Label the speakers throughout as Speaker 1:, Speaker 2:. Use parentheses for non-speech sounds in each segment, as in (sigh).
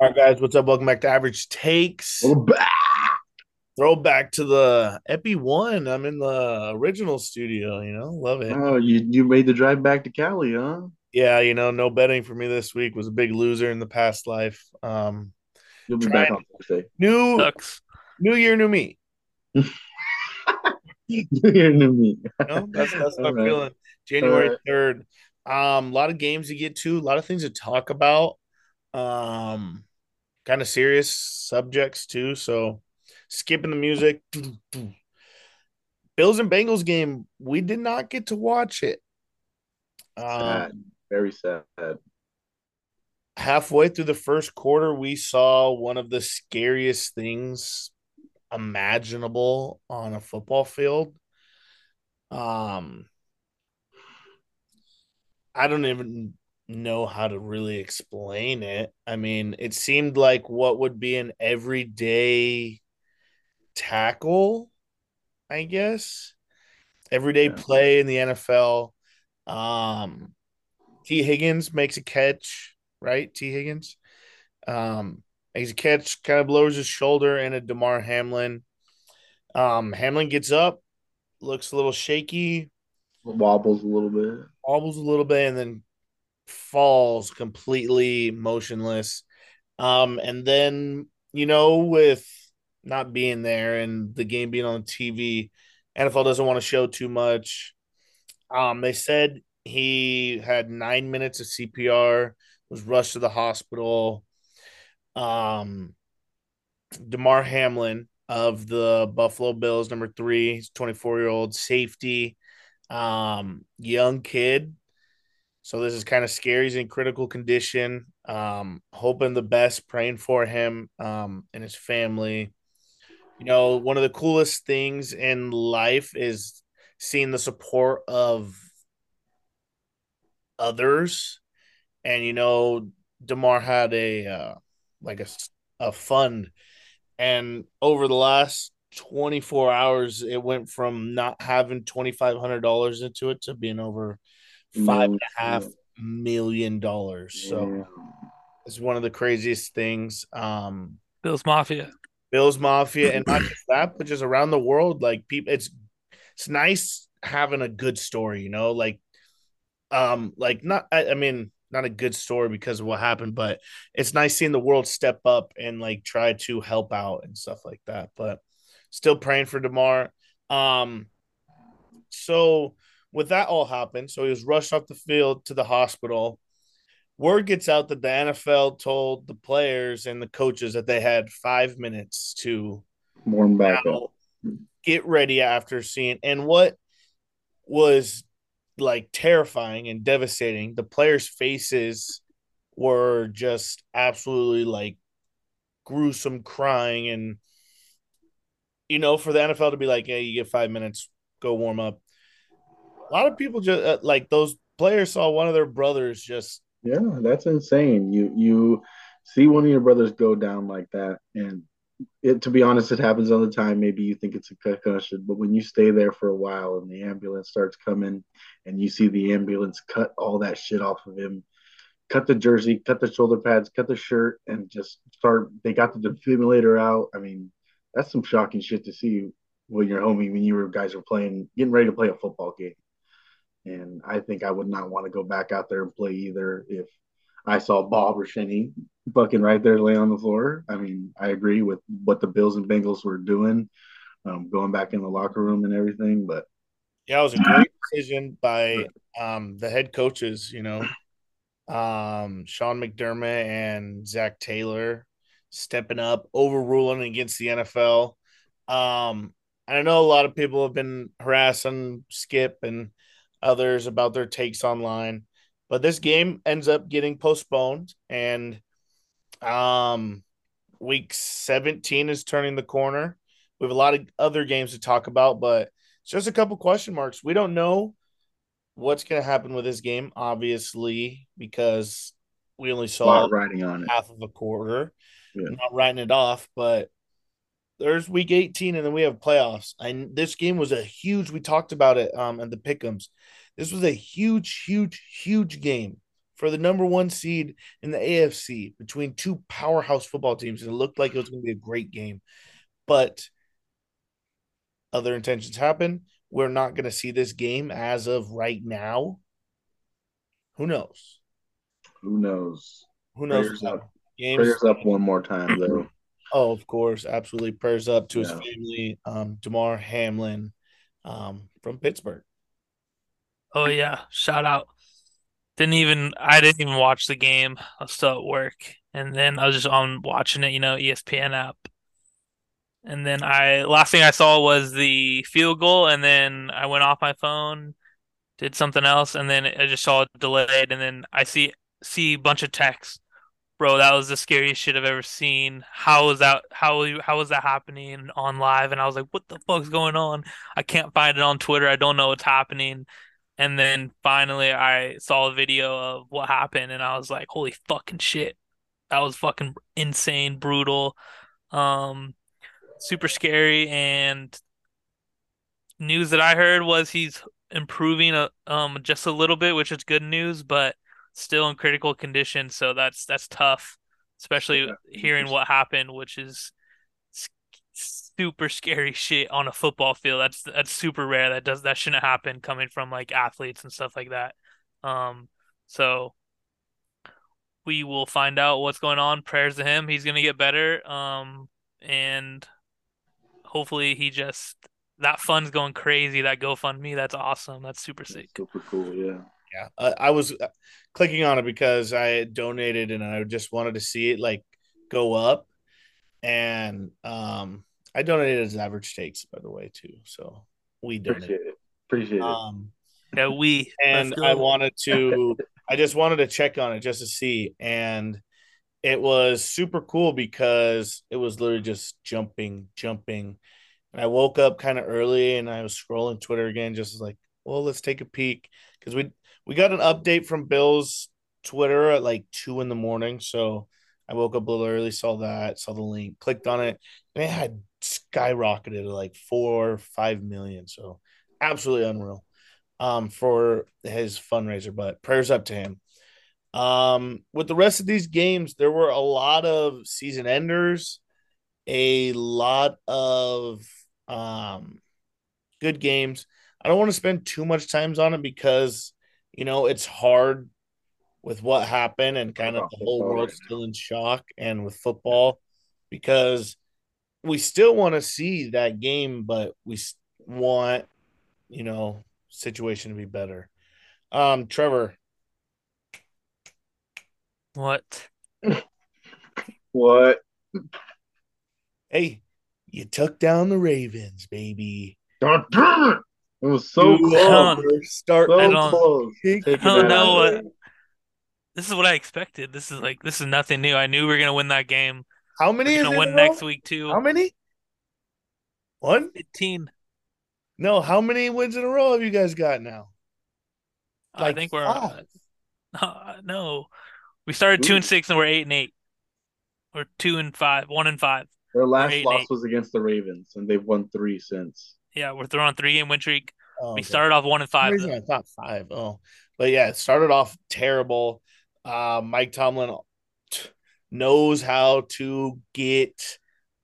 Speaker 1: All right, guys, what's up? Welcome back to Average Takes.
Speaker 2: We're back.
Speaker 1: Throwback to the Epi One. I'm in the original studio. You know, love it.
Speaker 2: Oh, you you made the drive back to Cali, huh?
Speaker 1: Yeah, you know, no betting for me this week was a big loser in the past life. Um,
Speaker 2: You'll be back on Thursday. (laughs)
Speaker 1: new
Speaker 3: Sucks.
Speaker 1: New Year, new me.
Speaker 2: You're new me.
Speaker 1: You know? That's that's what I'm
Speaker 2: All right.
Speaker 1: feeling. January
Speaker 2: All
Speaker 1: third. Um, a lot of games to get to, a lot of things to talk about. Um, kind of serious subjects too. So, skipping the music. Bills and Bengals game. We did not get to watch it. Um,
Speaker 2: Sad. Very sad.
Speaker 1: halfway through the first quarter, we saw one of the scariest things imaginable on a football field. Um, I don't even know how to really explain it. I mean, it seemed like what would be an everyday tackle, I guess, everyday
Speaker 2: Yeah.
Speaker 1: play in the NFL. Um, T. Higgins makes a catch, right? T. Higgins. Um, makes a catch, kind of lowers his shoulder, and a DeMar Hamlin. Um, Hamlin gets up, looks a little shaky,
Speaker 2: Wobbles a little bit.
Speaker 1: wobbles a little bit and then falls completely motionless. Um, and then you know, with not being there and the game being on TV, NFL doesn't want to show too much. Um, they said he had nine minutes of CPR, was rushed to the hospital. Um, Demar Hamlin of the Buffalo Bills, number three, 24 year old safety um young kid so this is kind of scary he's in critical condition um hoping the best praying for him um and his family you know one of the coolest things in life is seeing the support of others and you know demar had a uh, like a, s- a fund and over the last 24 hours it went from not having $2500 into it to being over five and a half million dollars so it's one of the craziest things um
Speaker 3: Bills Mafia.
Speaker 1: Bills Mafia, and not just that, but just around the world. Like people, it's it's nice having a good story, you know. Like, um, like not I, I mean not a good story because of what happened, but it's nice seeing the world step up and like try to help out and stuff like that. But still praying for Demar. Um, so with that all happened, so he was rushed off the field to the hospital. Word gets out that the NFL told the players and the coaches that they had five minutes to
Speaker 2: Warm back up.
Speaker 1: now get ready after seeing. And what was like terrifying and devastating, the players' faces were just absolutely like gruesome crying. And, you know, for the NFL to be like, yeah, you get five minutes, go warm up. A lot of people just uh, like those players saw one of their brothers just
Speaker 2: Yeah, that's insane. You you see one of your brothers go down like that, and it to be honest, it happens all the time. Maybe you think it's a concussion, but when you stay there for a while and the ambulance starts coming, and you see the ambulance cut all that shit off of him, cut the jersey, cut the shoulder pads, cut the shirt, and just start. They got the defibrillator out. I mean, that's some shocking shit to see when you're homie when you were guys were playing, getting ready to play a football game. And I think I would not want to go back out there and play either if I saw Bob or Shinny fucking right there laying on the floor. I mean, I agree with what the Bills and Bengals were doing, um, going back in the locker room and everything. But
Speaker 1: Yeah, it was a great decision by um, the head coaches, you know, um, Sean McDermott and Zach Taylor stepping up, overruling against the NFL. Um, and I know a lot of people have been harassing Skip and others about their takes online, but this game ends up getting postponed and um, week 17 is turning the corner. We have a lot of other games to talk about, but it's just a couple question marks. We don't know what's going to happen with this game, obviously, because we only
Speaker 2: a
Speaker 1: saw
Speaker 2: lot riding on it.
Speaker 1: half of a quarter.
Speaker 2: Yeah.
Speaker 1: Not writing it off, but there's week 18, and then we have playoffs. And this game was a huge. We talked about it um and the pickums. This was a huge, huge, huge game for the number one seed in the AFC between two powerhouse football teams. And it looked like it was going to be a great game. But other intentions happen. We're not going to see this game as of right now. Who knows?
Speaker 2: Who knows?
Speaker 1: Who knows?
Speaker 2: Prayers
Speaker 1: what's
Speaker 2: up.
Speaker 1: happening? Games-
Speaker 2: Prayers up one more time though.
Speaker 1: Oh, of course, absolutely. Prayers up to his
Speaker 2: Yeah.
Speaker 1: family, um, Damar Hamlin, um, from Pittsburgh.
Speaker 3: Oh yeah, shout out. Didn't even I didn't even watch the game. I was still at work, and then I was just on watching it, you know, E ESPN app. And then I last thing I saw was the field goal, and then I went off my phone, did something else, and then I just saw it delayed, and then I see see a bunch of texts. Bro, that was the scariest shit I've ever seen. How is that? How how is that happening on live? And I was like, what the fuck's going on? I can't find it on Twitter. I don't know what's happening. And then finally, I saw a video of what happened, and I was like, "Holy fucking shit! That was fucking insane, brutal, um, super scary." And news that I heard was he's improving, uh, um, just a little bit, which is good news, but still in critical condition. So that's that's tough, especially
Speaker 2: Yeah.
Speaker 3: hearing what happened, which is s- super scary (laughs) shit on a football field. That's that's super rare. That does that shouldn't happen coming from like athletes and stuff like that. Um, so we will find out what's going on. Prayers to him. He's gonna get better. Um, and hopefully he just that fund's going crazy. That GoFundMe, that's awesome. That's super sick.
Speaker 2: Super cool, yeah.
Speaker 1: Yeah, uh, I was uh, clicking on it because I had donated and I just wanted to see it like go up. And um, I donated as average takes, by the way, too. So we donated.
Speaker 2: Appreciate it. Appreciate it.
Speaker 3: Uh,
Speaker 1: Um,
Speaker 3: Yeah, we let's
Speaker 1: and I
Speaker 3: go.
Speaker 1: wanted to I just wanted to check on it just to see and it was super cool because it was literally just jumping jumping and I woke up kind of early and I was scrolling Twitter again just like well let's take a peek because we we got an update from Bill's Twitter at like two in the morning so I woke up a little early saw that saw the link clicked on it and it had skyrocketed to like four or five million so absolutely unreal um, for his fundraiser, but prayers up to him. Um, with the rest of these games, there were a lot of season enders, a lot of um, good games. I don't want to spend too much time on it because, you know, it's hard with what happened and kind of
Speaker 2: About
Speaker 1: the whole
Speaker 2: football
Speaker 1: world
Speaker 2: right now.
Speaker 1: still in shock and with football because we still want to see that game, but we s- want, you know, situation to be better. Um, Trevor,
Speaker 3: What?
Speaker 2: What?
Speaker 1: hey, you took down the Ravens, baby.
Speaker 2: God damn it! It was so
Speaker 1: You
Speaker 2: close.
Speaker 3: Huh.
Speaker 1: are starting
Speaker 3: I
Speaker 2: So
Speaker 3: don't-
Speaker 2: close.
Speaker 1: to
Speaker 2: Taking
Speaker 3: I don't
Speaker 2: that
Speaker 3: know
Speaker 2: out
Speaker 3: what-
Speaker 2: of it.
Speaker 3: This is what I expected. This is like this is nothing new. I knew we were gonna win that game.
Speaker 1: How many
Speaker 3: We're
Speaker 1: is
Speaker 3: gonna
Speaker 1: it
Speaker 3: win
Speaker 1: in
Speaker 3: next
Speaker 1: all?
Speaker 3: week too.
Speaker 1: How many? One?
Speaker 3: Fifteen.
Speaker 1: No, how many wins in a row have you guys got now?
Speaker 3: I
Speaker 1: Like oh.
Speaker 3: think we're
Speaker 1: five.
Speaker 3: uh, no. We started two and
Speaker 2: Ooh.
Speaker 3: six and we're eight and eight. Or two and five, one and five.
Speaker 2: Their last
Speaker 3: Eight,
Speaker 2: loss
Speaker 3: eight.
Speaker 2: was against the Ravens, and they've won three since.
Speaker 3: Yeah, we're throwing three game win streak.
Speaker 1: Oh,
Speaker 3: uh, We
Speaker 1: okay.
Speaker 3: started off one and
Speaker 1: some
Speaker 3: five.
Speaker 1: reason I thought five. Oh, but yeah, it started off terrible. Uh, Mike Tomlin t- knows how to get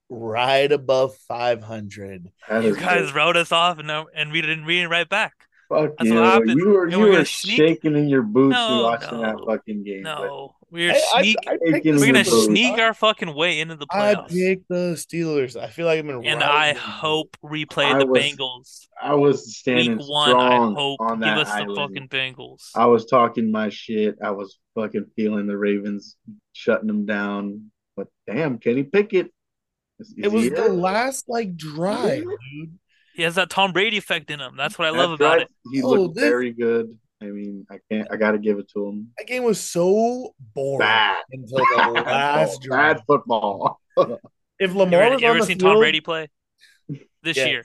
Speaker 1: right above 500.
Speaker 2: That
Speaker 3: You
Speaker 2: is
Speaker 3: guys
Speaker 2: it.
Speaker 3: wrote us off and and we didn't read it right back.
Speaker 2: Fuck
Speaker 3: That's
Speaker 2: you.
Speaker 3: what happened.
Speaker 2: You were
Speaker 3: And
Speaker 2: you
Speaker 3: we're
Speaker 2: were
Speaker 3: gonna sneak-
Speaker 2: shaking in your boots
Speaker 3: No,
Speaker 2: and watching
Speaker 3: no.
Speaker 2: that fucking game.
Speaker 3: No. We're
Speaker 1: Hey, I-
Speaker 3: sneak
Speaker 1: I picked
Speaker 2: Taking
Speaker 1: the
Speaker 3: we're gonna
Speaker 2: Steelers.
Speaker 3: sneak our fucking way into the
Speaker 1: I
Speaker 3: playoffs.
Speaker 1: picked the Steelers. I feel like I'm in.
Speaker 3: And I
Speaker 1: rivalry
Speaker 3: hope
Speaker 2: I
Speaker 3: replay the
Speaker 2: was
Speaker 3: Bengals.
Speaker 2: but I was standing
Speaker 3: Week one,
Speaker 2: strong
Speaker 3: I hope
Speaker 2: on
Speaker 3: give
Speaker 2: that
Speaker 3: us
Speaker 2: island.
Speaker 3: the fucking Bengals.
Speaker 2: I was talking my shit. I was fucking feeling the Ravens shutting them down. But damn, Kenny Pickett. Is, is
Speaker 1: It was
Speaker 2: he
Speaker 1: the last like drive, dude.
Speaker 3: He has that Tom Brady effect in him. That's what I love
Speaker 2: That's
Speaker 3: about
Speaker 2: right.
Speaker 3: it.
Speaker 2: He
Speaker 1: Oh,
Speaker 2: looked
Speaker 1: this-
Speaker 2: very good. I mean, I can't. I got to give it to him.
Speaker 1: That game was so boring
Speaker 2: Bad.
Speaker 1: until
Speaker 2: (laughs)
Speaker 1: the last drive.
Speaker 2: Bad football. (laughs)
Speaker 1: If
Speaker 3: You
Speaker 1: Lamar
Speaker 3: ever,
Speaker 1: was
Speaker 3: you
Speaker 1: on
Speaker 3: ever
Speaker 1: the
Speaker 3: seen
Speaker 1: field
Speaker 3: Tom Brady play this
Speaker 1: Yeah.
Speaker 3: year?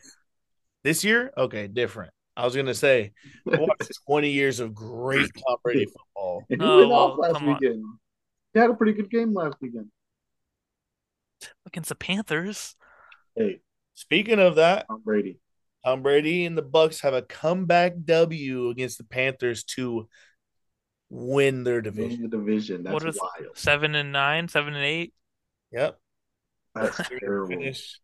Speaker 1: this year, okay, different. I was gonna say, I
Speaker 2: (laughs)
Speaker 1: watched 20 years of great Tom Brady football.
Speaker 2: He
Speaker 3: Oh,
Speaker 2: went off
Speaker 3: well,
Speaker 2: last
Speaker 3: come on.
Speaker 2: weekend. He had a pretty good game last weekend.
Speaker 3: Against the Panthers.
Speaker 2: Hey,
Speaker 1: Speaking of that,
Speaker 2: Tom Brady.
Speaker 1: Tom Brady and the Bucks have a comeback W against the Panthers to win their
Speaker 2: Win
Speaker 1: division.
Speaker 2: the division. That's
Speaker 3: What is-
Speaker 2: wild.
Speaker 3: Seven and nine, seven and eight.
Speaker 1: Yep. (laughs)
Speaker 2: That's
Speaker 1: They're gonna
Speaker 2: terrible.
Speaker 1: Finish,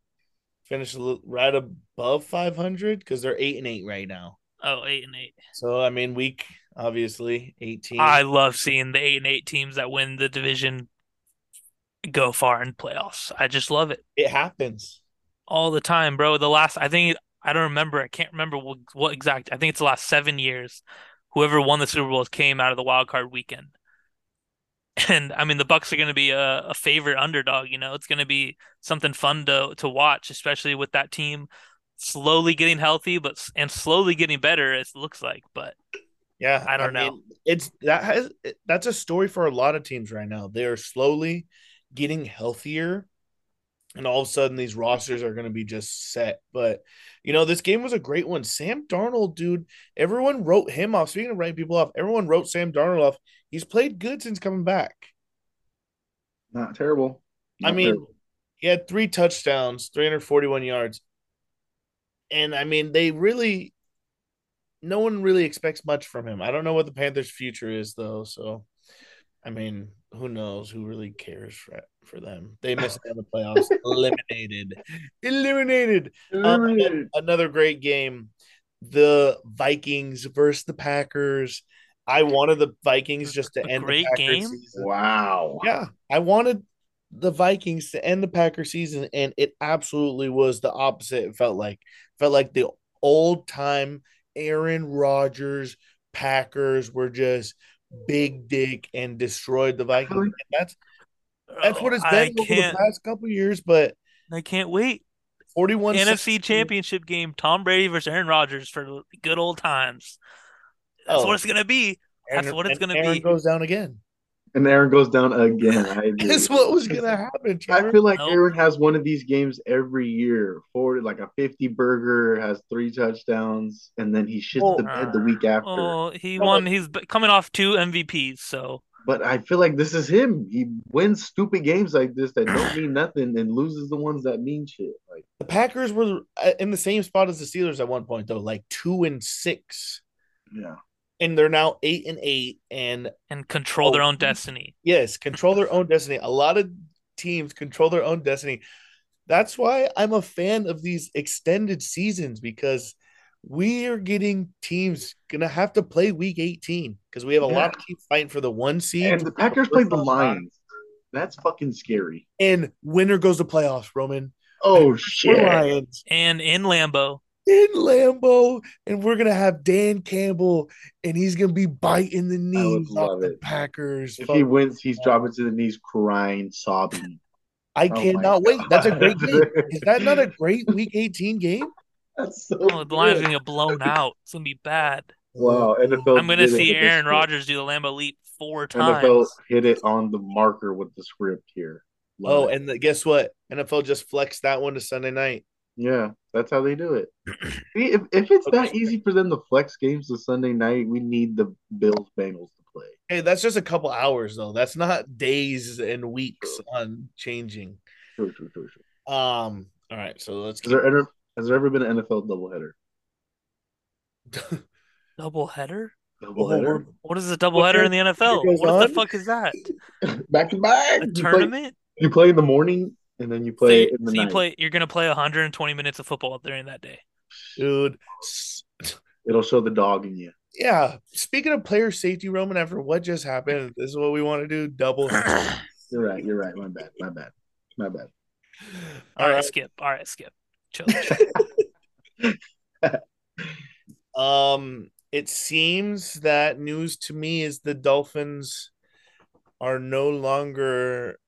Speaker 1: finish a little- right above 500 because they're eight and eight right now.
Speaker 3: Oh, eight and eight.
Speaker 1: So I mean, week obviously 18.
Speaker 3: I love seeing the eight and eight teams that win the division go far in playoffs. I just love it
Speaker 1: it happens.
Speaker 3: all the time, bro. The last, I think, I don't remember. I can't remember what, what exact. I think it's the last seven years. Whoever won the Super Bowls came out of the wild card weekend. (laughs) And I mean, the Bucks are going to be a, a favorite underdog. You know, it's going to be something fun to to watch, especially with that team slowly getting healthy, but s- and slowly getting better. It looks like, but
Speaker 1: Yeah,
Speaker 3: I don't know.
Speaker 1: mean, it's that has it- that's a story for a lot of teams right now. They are slowly getting healthier, and all of a sudden these rosters are going to be just set. But you know, this game was a great one. Sam Darnold, dude, everyone wrote him off. Speaking of writing people off, everyone wrote Sam Darnold off. He's played good since coming back.
Speaker 2: Not terrible.
Speaker 1: I
Speaker 2: Not
Speaker 1: mean,
Speaker 2: terrible.
Speaker 1: he had three touchdowns, 341 yards. And I mean, they really no one really expects much from him. I don't know what the Panthers' future is though, so I mean, who knows? Who really cares for for them? They missed out on the playoffs,
Speaker 3: (laughs)
Speaker 1: eliminated. Eliminated. Um, and
Speaker 2: Eliminated.
Speaker 1: another great game. The Vikings versus the Packers. I wanted the Vikings just to
Speaker 3: A
Speaker 1: end
Speaker 3: great
Speaker 1: the Packers
Speaker 3: game.
Speaker 1: season.
Speaker 2: wow.
Speaker 1: Yeah, I wanted the Vikings to end the Packer season, and it absolutely was the opposite. It felt like felt like the old time Aaron Rodgers Packers were just big dick and destroyed the Vikings.
Speaker 2: Really?
Speaker 1: And That's that's what it's
Speaker 3: oh, I
Speaker 1: been over the
Speaker 3: can't.
Speaker 1: past couple years, but
Speaker 3: I can't wait.
Speaker 1: forty one
Speaker 3: NFC Championship game, Tom Brady versus Aaron Rodgers for the good old times. That's
Speaker 1: Oh.
Speaker 3: what it's gonna be. that's what it's gonna be.
Speaker 1: Goes down again. (laughs)
Speaker 2: And Aaron goes down again. I agree.
Speaker 1: That's what was gonna happen.
Speaker 2: I
Speaker 1: Trevor.
Speaker 2: feel like
Speaker 3: Nope.
Speaker 2: Aaron has one of these games every year. Forward like a fifty burger, has three touchdowns, and then he shits
Speaker 1: Well,
Speaker 2: the bed the week after.
Speaker 3: Oh, he
Speaker 1: Well,
Speaker 3: won. He's b- coming off two MVPs, so
Speaker 2: But I feel like this is him. He wins stupid games like this that don't mean nothing and loses the ones that mean shit. Like
Speaker 1: The Packers were uh, in the same spot as the Steelers at one point, though, like two and six.
Speaker 2: yeah.
Speaker 1: and they're now eight and eight and
Speaker 3: and control their
Speaker 1: Oh.
Speaker 3: own destiny.
Speaker 1: yes control their own destiny a lot of teams control their own destiny that's why i'm a fan of these extended seasons because we are getting teams gonna have to play week 18 because we have a lot of teams fighting for the one seed
Speaker 2: And the Packers played the Lions. That's fucking scary.
Speaker 1: and winner goes to playoffs roman
Speaker 2: Oh
Speaker 1: We're
Speaker 2: shit.
Speaker 1: lions
Speaker 3: And in Lambo,
Speaker 1: in lambo and we're gonna have dan campbell and he's gonna be biting the
Speaker 2: would
Speaker 1: knees off
Speaker 2: love
Speaker 1: the
Speaker 2: it.
Speaker 1: packers
Speaker 2: If
Speaker 1: Fuck.
Speaker 2: he wins, he's dropping to the knees crying, sobbing.
Speaker 1: i
Speaker 2: Oh my
Speaker 1: cannot wait that's a
Speaker 2: (laughs)
Speaker 1: great
Speaker 2: God.
Speaker 1: game Is that not a great Week 18 game?
Speaker 2: (laughs) That's so
Speaker 3: oh, the Lions are
Speaker 2: good.
Speaker 3: gonna
Speaker 2: (laughs)
Speaker 3: get blown out. It's gonna be bad.
Speaker 2: Wow, NFL.
Speaker 3: I'm gonna
Speaker 2: did it
Speaker 3: see
Speaker 2: with the
Speaker 3: Aaron
Speaker 2: script.
Speaker 3: Rodgers do the Lambo leap four times.
Speaker 2: NFL hit it on the marker with the script here.
Speaker 1: (laughs) Oh,
Speaker 2: Love it.
Speaker 1: and the, guess what? NFL just flexed that one to Sunday night.
Speaker 2: yeah, that's how they
Speaker 1: (clears throat)
Speaker 2: do it. See, if, if it's that easy for them to flex games to Sunday night, we need the Bills Bengals to play.
Speaker 1: Hey, that's just a couple hours though. That's not days and weeks on changing.
Speaker 2: Sure, sure, sure, sure.
Speaker 1: Um. All right, so let's.
Speaker 2: Has there ever has there ever been an NFL doubleheader?
Speaker 3: Double header?
Speaker 2: Doubleheader,
Speaker 3: What is a double header in the NFL?
Speaker 1: goes
Speaker 3: What the
Speaker 1: on.
Speaker 3: fuck is that?
Speaker 2: (laughs) back to back.
Speaker 3: A
Speaker 2: You play-
Speaker 3: tournament?
Speaker 2: You play in the morning and then you
Speaker 3: So
Speaker 2: play
Speaker 3: you-
Speaker 2: in the
Speaker 3: so you
Speaker 2: night.
Speaker 3: play. You're gonna play 120 minutes of football during that day.
Speaker 1: (laughs) dude. S-
Speaker 2: It'll show the dog in you.
Speaker 1: Yeah. Speaking of player safety, Roman, after what just happened, this is what we want to do. Double. All right.
Speaker 2: You're right. You're right. My bad. My bad. My bad.
Speaker 3: All right, skip. All right, skip. Chill. (laughs)
Speaker 1: Um, it seems that news to me is the Dolphins are no longer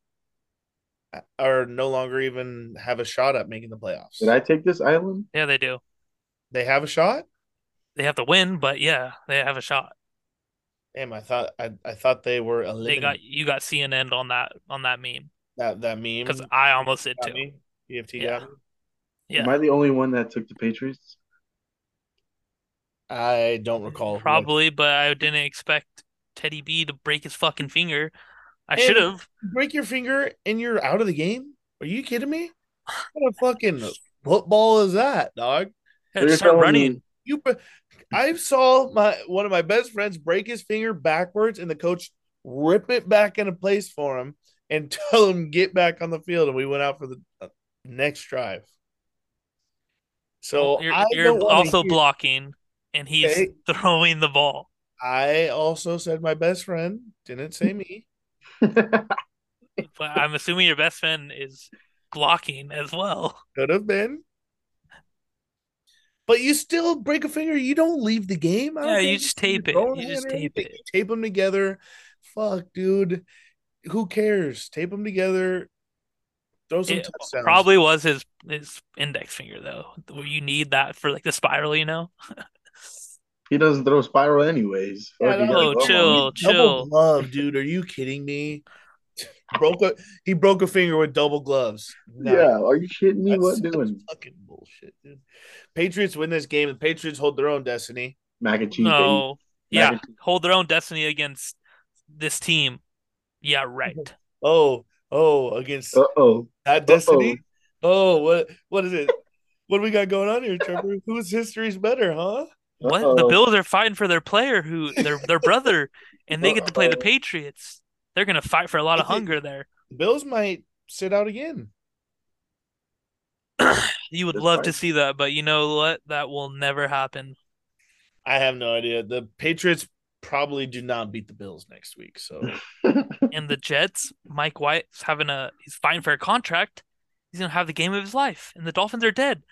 Speaker 1: are no longer even have a shot at making the playoffs.
Speaker 2: Did I take this island?
Speaker 3: yeah, they do.
Speaker 1: They have a shot?
Speaker 3: They have to win, but yeah, they have a shot.
Speaker 1: Damn, I thought I, I thought they were
Speaker 3: They
Speaker 1: eliminated.
Speaker 3: got you got CNN on that on that meme
Speaker 1: that that meme.
Speaker 3: because I almost did
Speaker 1: got
Speaker 3: too.
Speaker 1: me. E EFT
Speaker 3: Yeah.
Speaker 1: got me.
Speaker 3: Yeah,
Speaker 2: Am I the only one that took the Patriots?
Speaker 1: I don't recall. who I-
Speaker 3: probably, but I didn't expect Teddy B to break his fucking finger. I
Speaker 1: And-
Speaker 3: should have.
Speaker 1: break your finger and you're out of the game. Are you kidding me? What a fucking football is that, dog?
Speaker 2: So you're
Speaker 3: Start
Speaker 2: telling
Speaker 3: running.
Speaker 2: me-
Speaker 1: You, be- I saw my one of my best friends break his finger backwards, and the coach rip it back into place for him and (laughs) tell him get back on the field. And we went out for the uh, next drive. So
Speaker 3: you're,
Speaker 1: I
Speaker 3: you're
Speaker 1: don't wanna
Speaker 3: also
Speaker 1: hear-
Speaker 3: blocking, and he's
Speaker 1: Okay.
Speaker 3: (laughs) throwing the ball.
Speaker 1: I also said my best friend didn't say me.
Speaker 3: But
Speaker 1: (laughs)
Speaker 3: I'm assuming your best friend is blocking as well.
Speaker 1: Could have been. But you still break a finger. You don't leave the game. I don't
Speaker 3: Yeah,
Speaker 1: think
Speaker 3: you just
Speaker 1: need
Speaker 3: tape it.
Speaker 1: throwing
Speaker 3: You just
Speaker 1: hand or
Speaker 3: tape
Speaker 1: anything.
Speaker 3: it.
Speaker 1: You tape them together. Fuck, dude. Who cares? Tape them together. Throw some
Speaker 3: It
Speaker 1: touchdowns.
Speaker 3: probably was his his index finger though. Where you need that for like the spiral, you know.
Speaker 2: (laughs) he doesn't throw spiral anyways.
Speaker 1: Yeah,
Speaker 2: Fuck, he
Speaker 1: that
Speaker 2: got
Speaker 3: Oh,
Speaker 2: a glove
Speaker 3: chill.
Speaker 2: on.
Speaker 1: double glove, dude. Are you kidding
Speaker 3: (laughs)
Speaker 1: me? Broke a he broke a finger with double gloves. No,
Speaker 2: Yeah, are you kidding me?
Speaker 1: that's
Speaker 2: What
Speaker 1: such
Speaker 2: doing?
Speaker 1: Fucking bullshit, dude. Patriots win this game. The Patriots hold their own destiny.
Speaker 2: Mac and cheese. baby.
Speaker 3: No, yeah,
Speaker 2: Mac and-
Speaker 3: hold their own destiny against this team. Yeah,
Speaker 1: (laughs)
Speaker 3: right.
Speaker 1: Oh, oh, against
Speaker 2: Uh (laughs) oh.
Speaker 1: that destiny. Oh, what what is it? What do we got going on here, (laughs) Trevor? Whose history's better, huh?
Speaker 3: What the
Speaker 2: Uh-oh.
Speaker 3: Bills are fighting for their player, who their their brother, and they get to play the
Speaker 2: Uh-oh.
Speaker 3: Patriots. They're gonna fight for a lot
Speaker 1: I (laughs)
Speaker 3: of
Speaker 1: think-
Speaker 3: hunger there.
Speaker 1: The Bills might sit out again.
Speaker 3: You would
Speaker 2: That's
Speaker 3: love to
Speaker 2: fine.
Speaker 3: see that, but you know what? That will never happen.
Speaker 1: I have no idea. The Patriots probably do not beat the Bills next week. So
Speaker 3: And the Jets, Mike White's having a he's fighting for a contract. He's gonna have the game of his life, and the Dolphins are dead.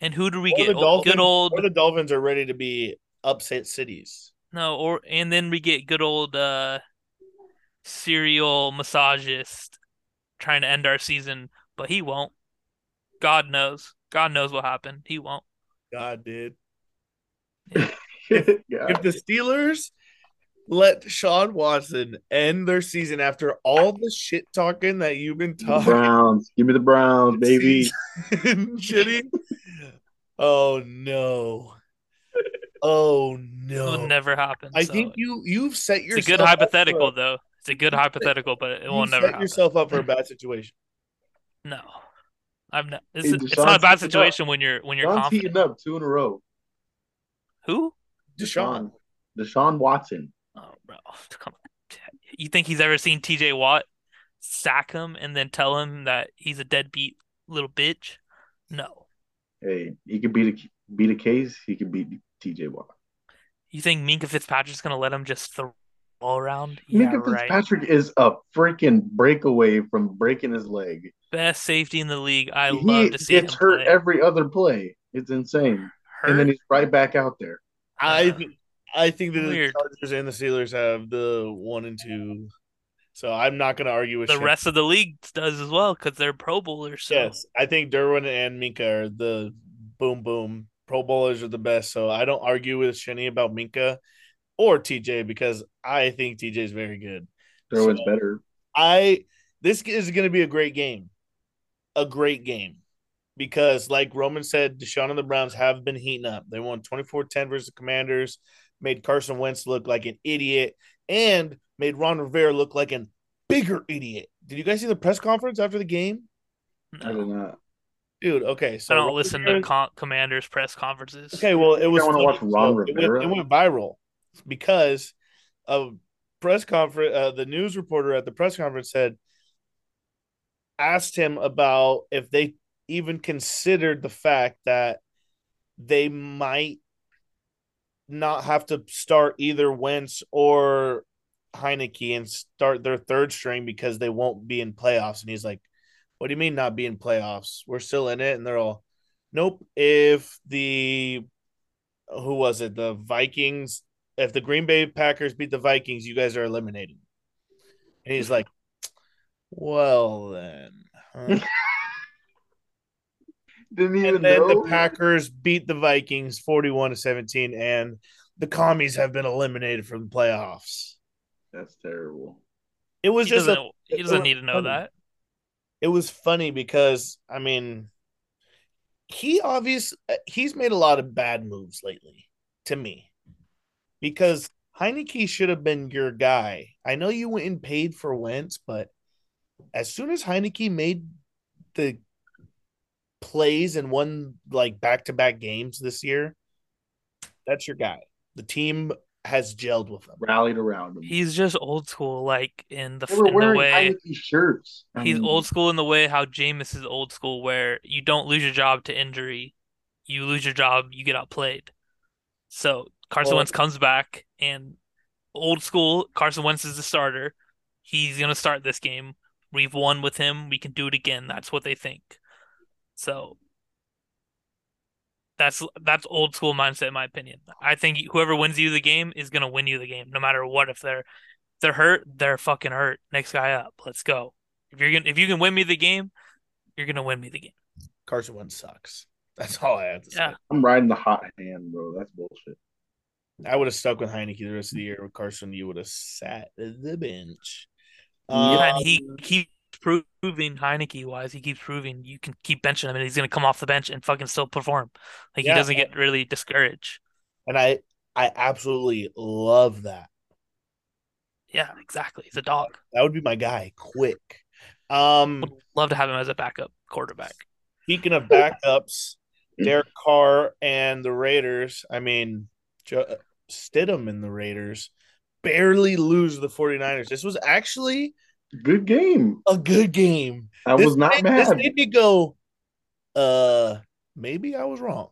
Speaker 3: And who do we
Speaker 1: Or
Speaker 3: get?
Speaker 1: the
Speaker 3: Oh,
Speaker 1: Dolphins-
Speaker 3: good old
Speaker 1: or the Dolphins are ready to be upset cities.
Speaker 3: No, or and then we get good old uh serial massagist trying to end our season, but he won't. God knows. God knows what happened. He won't.
Speaker 1: God did.
Speaker 2: yeah.
Speaker 1: If the Steelers let Sean Watson end their season after all the shit talking that you've been
Speaker 2: The
Speaker 1: talking
Speaker 2: Browns. Give me the Browns, baby.
Speaker 1: (laughs) shitty. Oh no. Oh
Speaker 3: It
Speaker 1: no.
Speaker 3: will never happen.
Speaker 1: I
Speaker 3: so
Speaker 1: think you you've set
Speaker 3: it's
Speaker 1: yourself
Speaker 3: a good
Speaker 1: up for-
Speaker 3: hypothetical though. It's a good hypothetical, but it
Speaker 1: You
Speaker 3: will
Speaker 1: set
Speaker 3: never happen.
Speaker 1: yourself up for a bad situation.
Speaker 3: No. I'm not it's,
Speaker 2: Hey,
Speaker 3: it's
Speaker 2: Deshaun's
Speaker 3: not a
Speaker 2: heating
Speaker 3: bad
Speaker 2: up.
Speaker 3: situation when you're when you're
Speaker 2: Sean's
Speaker 3: confident.
Speaker 2: heating up two in a row.
Speaker 3: Who?
Speaker 1: Deshaun.
Speaker 2: Deshaun Watson.
Speaker 3: Oh bro. (laughs) Come on. You think he's ever seen TJ Watt sack him and then tell him that he's a deadbeat little bitch? No.
Speaker 2: Hey, he could beat a beat a case. He could beat T.J. Watt.
Speaker 3: You think Minka Fitzpatrick's gonna let him just throw all around?
Speaker 2: Minka
Speaker 3: yeah, right.
Speaker 2: Fitzpatrick is a freaking breakaway from breaking his leg.
Speaker 3: Best safety in the league. I
Speaker 2: he
Speaker 3: love to see
Speaker 2: gets
Speaker 3: him
Speaker 2: hurt
Speaker 3: play.
Speaker 2: every other play. It's insane, and
Speaker 3: Hurt?
Speaker 2: then he's right back out there.
Speaker 1: I
Speaker 3: Yeah.
Speaker 1: th- I think that
Speaker 3: Weird.
Speaker 1: the Chargers and the Steelers have the one and two. So I'm not going to argue with
Speaker 3: the
Speaker 1: Shane.
Speaker 3: rest of the league does as well because they're Pro Bowlers. So
Speaker 1: Yes, I think Derwin and Minka are the boom boom Pro Bowlers are the best. So I don't argue with Shinny about Minka or TJ because I think TJ is very good.
Speaker 2: Derwin's
Speaker 1: So-
Speaker 2: better.
Speaker 1: I this is going to be a great game, a great game, because like Roman said, Deshaun and the Browns have been heating up. They won 24-10 versus the Commanders, made Carson Wentz look like an idiot, and made Ron Rivera look like an bigger idiot. Did you guys see the press conference after the game,
Speaker 2: I
Speaker 3: no,
Speaker 2: did not.
Speaker 1: dude? Okay, so
Speaker 3: I don't
Speaker 1: Ron
Speaker 3: listen to
Speaker 1: Rivera-
Speaker 3: con- commanders press conferences.
Speaker 1: Okay, well, it was.
Speaker 2: wanna
Speaker 1: funny.
Speaker 2: watch Ron
Speaker 1: So it went-
Speaker 2: Rivera?
Speaker 1: It went, viral because a press conference. Uh, the news reporter at the press conference said, asked him about if they even considered the fact that they might not have to start either Wentz or Heineke and start their third string because they won't be in playoffs. And he's like, What do you mean not be in playoffs? We're still in it. And they're all, Nope. If the who was it? The Vikings. If the Green Bay Packers beat the Vikings, you guys are eliminated. And he's like, Well then. huh?"
Speaker 2: Didn't even
Speaker 1: and then
Speaker 2: know.
Speaker 1: the Packers beat the Vikings 41 to 17, and the commies have been eliminated from the playoffs.
Speaker 2: That's terrible.
Speaker 1: It
Speaker 3: he
Speaker 1: was just
Speaker 3: doesn't.
Speaker 1: a,
Speaker 3: he doesn't
Speaker 1: was
Speaker 3: need to know
Speaker 1: funny.
Speaker 3: that.
Speaker 1: it was funny because I mean he obviously he's made a lot of bad moves lately to me because Heineke should have been your guy. I know you went and paid for Wentz, but as soon as Heineke made the plays and won like back to back games this year, That's your guy. The team has gelled with him.
Speaker 2: rallied around him.
Speaker 3: He's just old school, like in the,
Speaker 2: they
Speaker 3: f-
Speaker 2: were
Speaker 3: in the
Speaker 2: wearing
Speaker 3: way.
Speaker 2: Heineke shirts. I
Speaker 3: He's
Speaker 2: mean,
Speaker 3: old school in the way how Jameis is old school, where you don't lose your job to injury. You lose your job, you get outplayed. So Carson
Speaker 1: Well-
Speaker 3: Wentz comes back, and old school Carson Wentz is the starter. He's going to start this game. We've won with him. We can do it again. That's what they think. So that's that's old school mindset, in my opinion. I think whoever wins you the game is going to win you the game, no matter what. If they're if they're hurt, they're fucking hurt. Next guy up. Let's go. If you're gonna if you can win me the game, you're gonna win me the game.
Speaker 1: Carson Wentz sucks. That's all I have to say.
Speaker 3: Yeah.
Speaker 2: I'm riding the hot hand, bro. That's bullshit.
Speaker 1: I would have stuck with Heineke the rest of the year. With Carson, you would have sat the bench.
Speaker 2: Yeah,
Speaker 3: yeah,
Speaker 1: Um,
Speaker 3: and he keeps proving Heineke wise. He keeps proving you can keep benching him, and he's gonna come off the bench and fucking still perform. Like
Speaker 1: Yeah.
Speaker 3: he doesn't get really discouraged.
Speaker 1: and I, I absolutely love that.
Speaker 3: Yeah, exactly. He's a dog.
Speaker 1: That would be my guy. Quick. Um,
Speaker 3: Would love to have him as a backup quarterback.
Speaker 1: Speaking of backups, Derek Carr and the Raiders, I mean, Jo- Stidham and the Raiders barely lose the 49ers. This was actually
Speaker 2: Good game.
Speaker 1: a good game.
Speaker 2: I
Speaker 1: this
Speaker 2: was not
Speaker 1: made, This
Speaker 2: mad.
Speaker 1: made me go, uh, maybe I was wrong.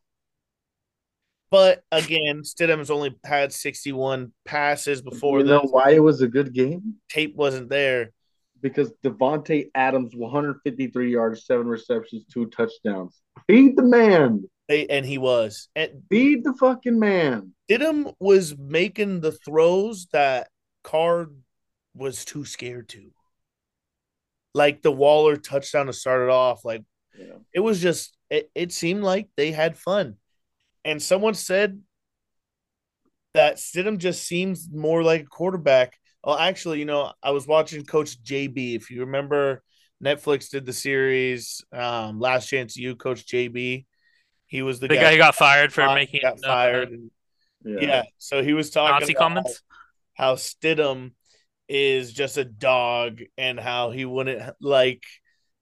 Speaker 1: But again, Stidham's only had 61 passes before
Speaker 2: You know
Speaker 1: the
Speaker 2: why it was a good game?
Speaker 1: tape wasn't there.
Speaker 2: Because Devonte Adams, 153 yards, seven receptions, two touchdowns. Feed the man.
Speaker 1: They, and he was. And
Speaker 2: Feed the fucking man.
Speaker 1: Stidham was making the throws that Carr was too scared to. Like the Waller touchdown to start it off. Like
Speaker 2: Yeah.
Speaker 1: it was just it, it seemed like they had fun. And someone said that Stidham just seems more like a quarterback. Well, actually, you know, I was watching Coach JB. If you remember, Netflix did the series um, Last Chance You, Coach JB. He was the,
Speaker 3: The guy who got fired for making
Speaker 1: got
Speaker 3: uh,
Speaker 1: fired. and-
Speaker 2: Yeah.
Speaker 1: yeah. So he was talking
Speaker 3: Nazi
Speaker 1: about
Speaker 3: comments.
Speaker 1: how Stidham is just a dog and how he wouldn't like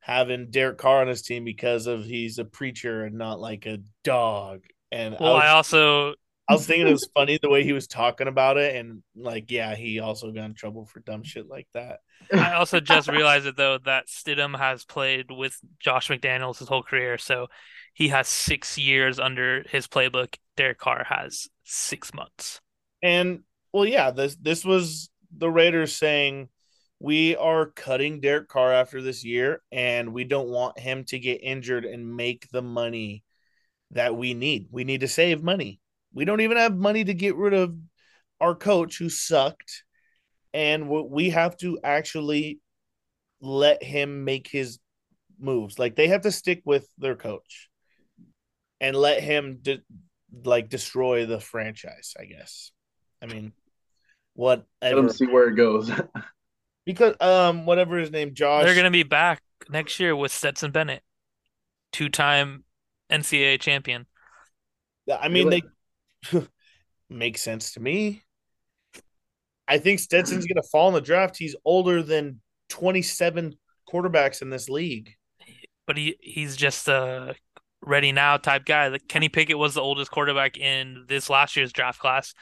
Speaker 1: having Derek Carr on his team because of he's a preacher and not like a dog. And
Speaker 3: Well,
Speaker 1: I,
Speaker 3: I
Speaker 1: was,
Speaker 3: also
Speaker 1: I was thinking it
Speaker 3: (laughs)
Speaker 1: was funny the way he was talking about it and like yeah, he also got in trouble for dumb shit like that.
Speaker 3: I also just realized it though that Stidham has played with Josh McDaniels his whole career, so he has six years under his playbook. Derek Carr has six months.
Speaker 1: And well, yeah, this this was the Raiders saying we are cutting Derek Carr after this year, and we don't want him to get injured and make the money that we need. We need to save money. We don't even have money to get rid of our coach who sucked, and we- we have to actually let him make his moves. Like they have to stick with their coach and let him de- like destroy the franchise. I guess. I mean,
Speaker 2: Let him
Speaker 1: whatever.
Speaker 2: see where it goes. (laughs)
Speaker 1: Because um, whatever his name, Josh.
Speaker 3: They're gonna be back next year with Stetson Bennett, two-time NCAA champion.
Speaker 1: I mean, they (laughs) make sense to me. I think Stetson's gonna fall in the draft. He's older than twenty-seven quarterbacks in this league.
Speaker 3: But he he's just a ready now type guy. Like Kenny Pickett was the oldest quarterback in this last year's draft class.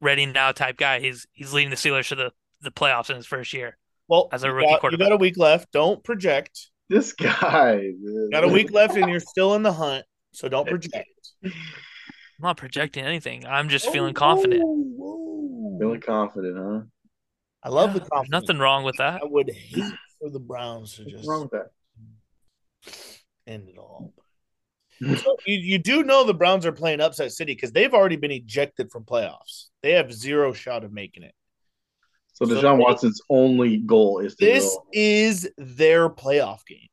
Speaker 3: Ready now type guy. He's he's leading the Steelers to the, the playoffs in his first year.
Speaker 1: Well,
Speaker 3: As a
Speaker 1: you
Speaker 3: rookie
Speaker 1: got- you
Speaker 3: quarterback.
Speaker 1: got a week left. Don't project.
Speaker 2: this guy. man.
Speaker 1: Got a week left, and you're still in the hunt. So don't project.
Speaker 3: I'm not projecting anything. I'm just feeling confident.
Speaker 2: Feeling confident, huh?
Speaker 1: Oh, I love the
Speaker 3: Yeah,
Speaker 1: confidence.
Speaker 3: Nothing wrong with that.
Speaker 1: I would hate for the Browns to
Speaker 2: What's
Speaker 1: just
Speaker 2: wrong with that?
Speaker 1: end it all. So you, you do know the Browns are playing upset city because they've already been ejected from playoffs. They have zero shot of making it.
Speaker 2: So
Speaker 1: So-
Speaker 2: Deshaun Watson's only goal is to
Speaker 1: This
Speaker 2: go.
Speaker 1: is their playoff game.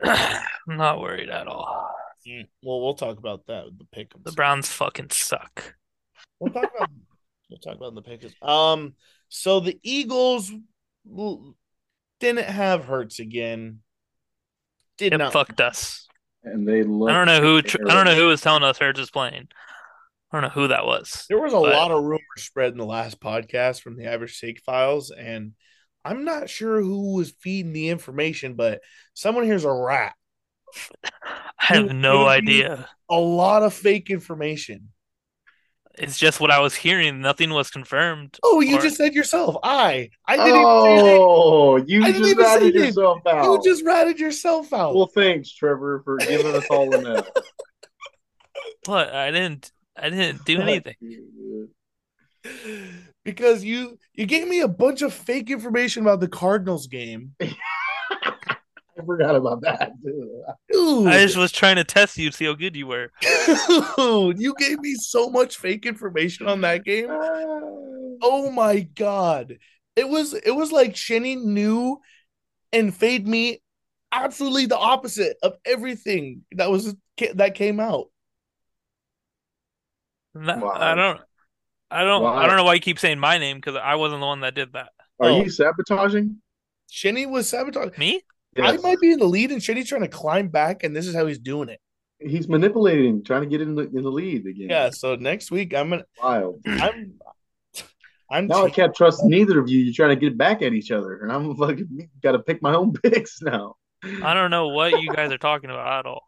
Speaker 3: (sighs) I'm not worried at all.
Speaker 1: Hmm. Well, we'll talk about that with the pickums.
Speaker 3: The Browns fucking suck.
Speaker 1: We'll talk about we'll talk about the pictures. Um, so the Eagles l- didn't have Hurts again. Did
Speaker 3: It
Speaker 1: not.
Speaker 3: fucked us.
Speaker 2: and they look
Speaker 3: I don't know who. tr- I don't know
Speaker 2: terrible.
Speaker 3: who was telling us Hurts was playing. I don't know who that was.
Speaker 1: There was a
Speaker 3: but-
Speaker 1: lot of rumors spread in the last podcast from the Average Steak Files, and I'm not sure who was feeding the information, but someone here's a rat.
Speaker 3: I have
Speaker 1: Dude,
Speaker 3: no
Speaker 1: it would be-
Speaker 3: idea.
Speaker 1: A lot of fake information.
Speaker 3: It's just what I was hearing. Nothing was confirmed.
Speaker 1: Oh, you
Speaker 3: Or-
Speaker 1: just said yourself. I. I didn't even say
Speaker 2: Oh, you
Speaker 1: I didn't
Speaker 2: just
Speaker 1: even say
Speaker 2: added
Speaker 1: it.
Speaker 2: yourself
Speaker 1: that.
Speaker 3: Oh,
Speaker 2: out.
Speaker 1: You just ratted yourself out.
Speaker 2: Well, thanks, Trevor, for giving us
Speaker 1: (laughs)
Speaker 2: all an L.
Speaker 3: But I didn't. I didn't do
Speaker 2: Fuck
Speaker 3: anything.
Speaker 2: you,
Speaker 1: because you you gave me a bunch of fake information about the Cardinals game.
Speaker 2: dude. I forgot about that, too.
Speaker 1: Dude,
Speaker 3: I just was trying to test you to see how good you were.
Speaker 1: (laughs) dude, you gave me so much fake information on that game.
Speaker 2: Ah.
Speaker 1: Oh my god. It was it was like Shinny knew and Fade me absolutely the opposite of everything that was that came out.
Speaker 3: No,
Speaker 2: Wow.
Speaker 3: I don't. I don't.
Speaker 2: Wow.
Speaker 3: I don't know why you keep saying my name because I wasn't the one that did that.
Speaker 2: Are
Speaker 1: Oh.
Speaker 2: you sabotaging?
Speaker 1: Shinny was sabotaging.
Speaker 3: Me?
Speaker 1: I
Speaker 2: Yes.
Speaker 1: might be in the lead and Shinny's trying to climb back and this is how he's doing it.
Speaker 2: He's manipulating, trying to get in the in the lead again.
Speaker 1: Yeah, so next week I'm gonna
Speaker 2: Wild.
Speaker 1: I'm I'm
Speaker 2: Now I
Speaker 1: taking-
Speaker 2: can't trust neither of you. You're trying to get back at each other, and I'm (laughs) fucking got to pick my own (laughs) picks now.
Speaker 3: I don't know what you guys are talking about at all.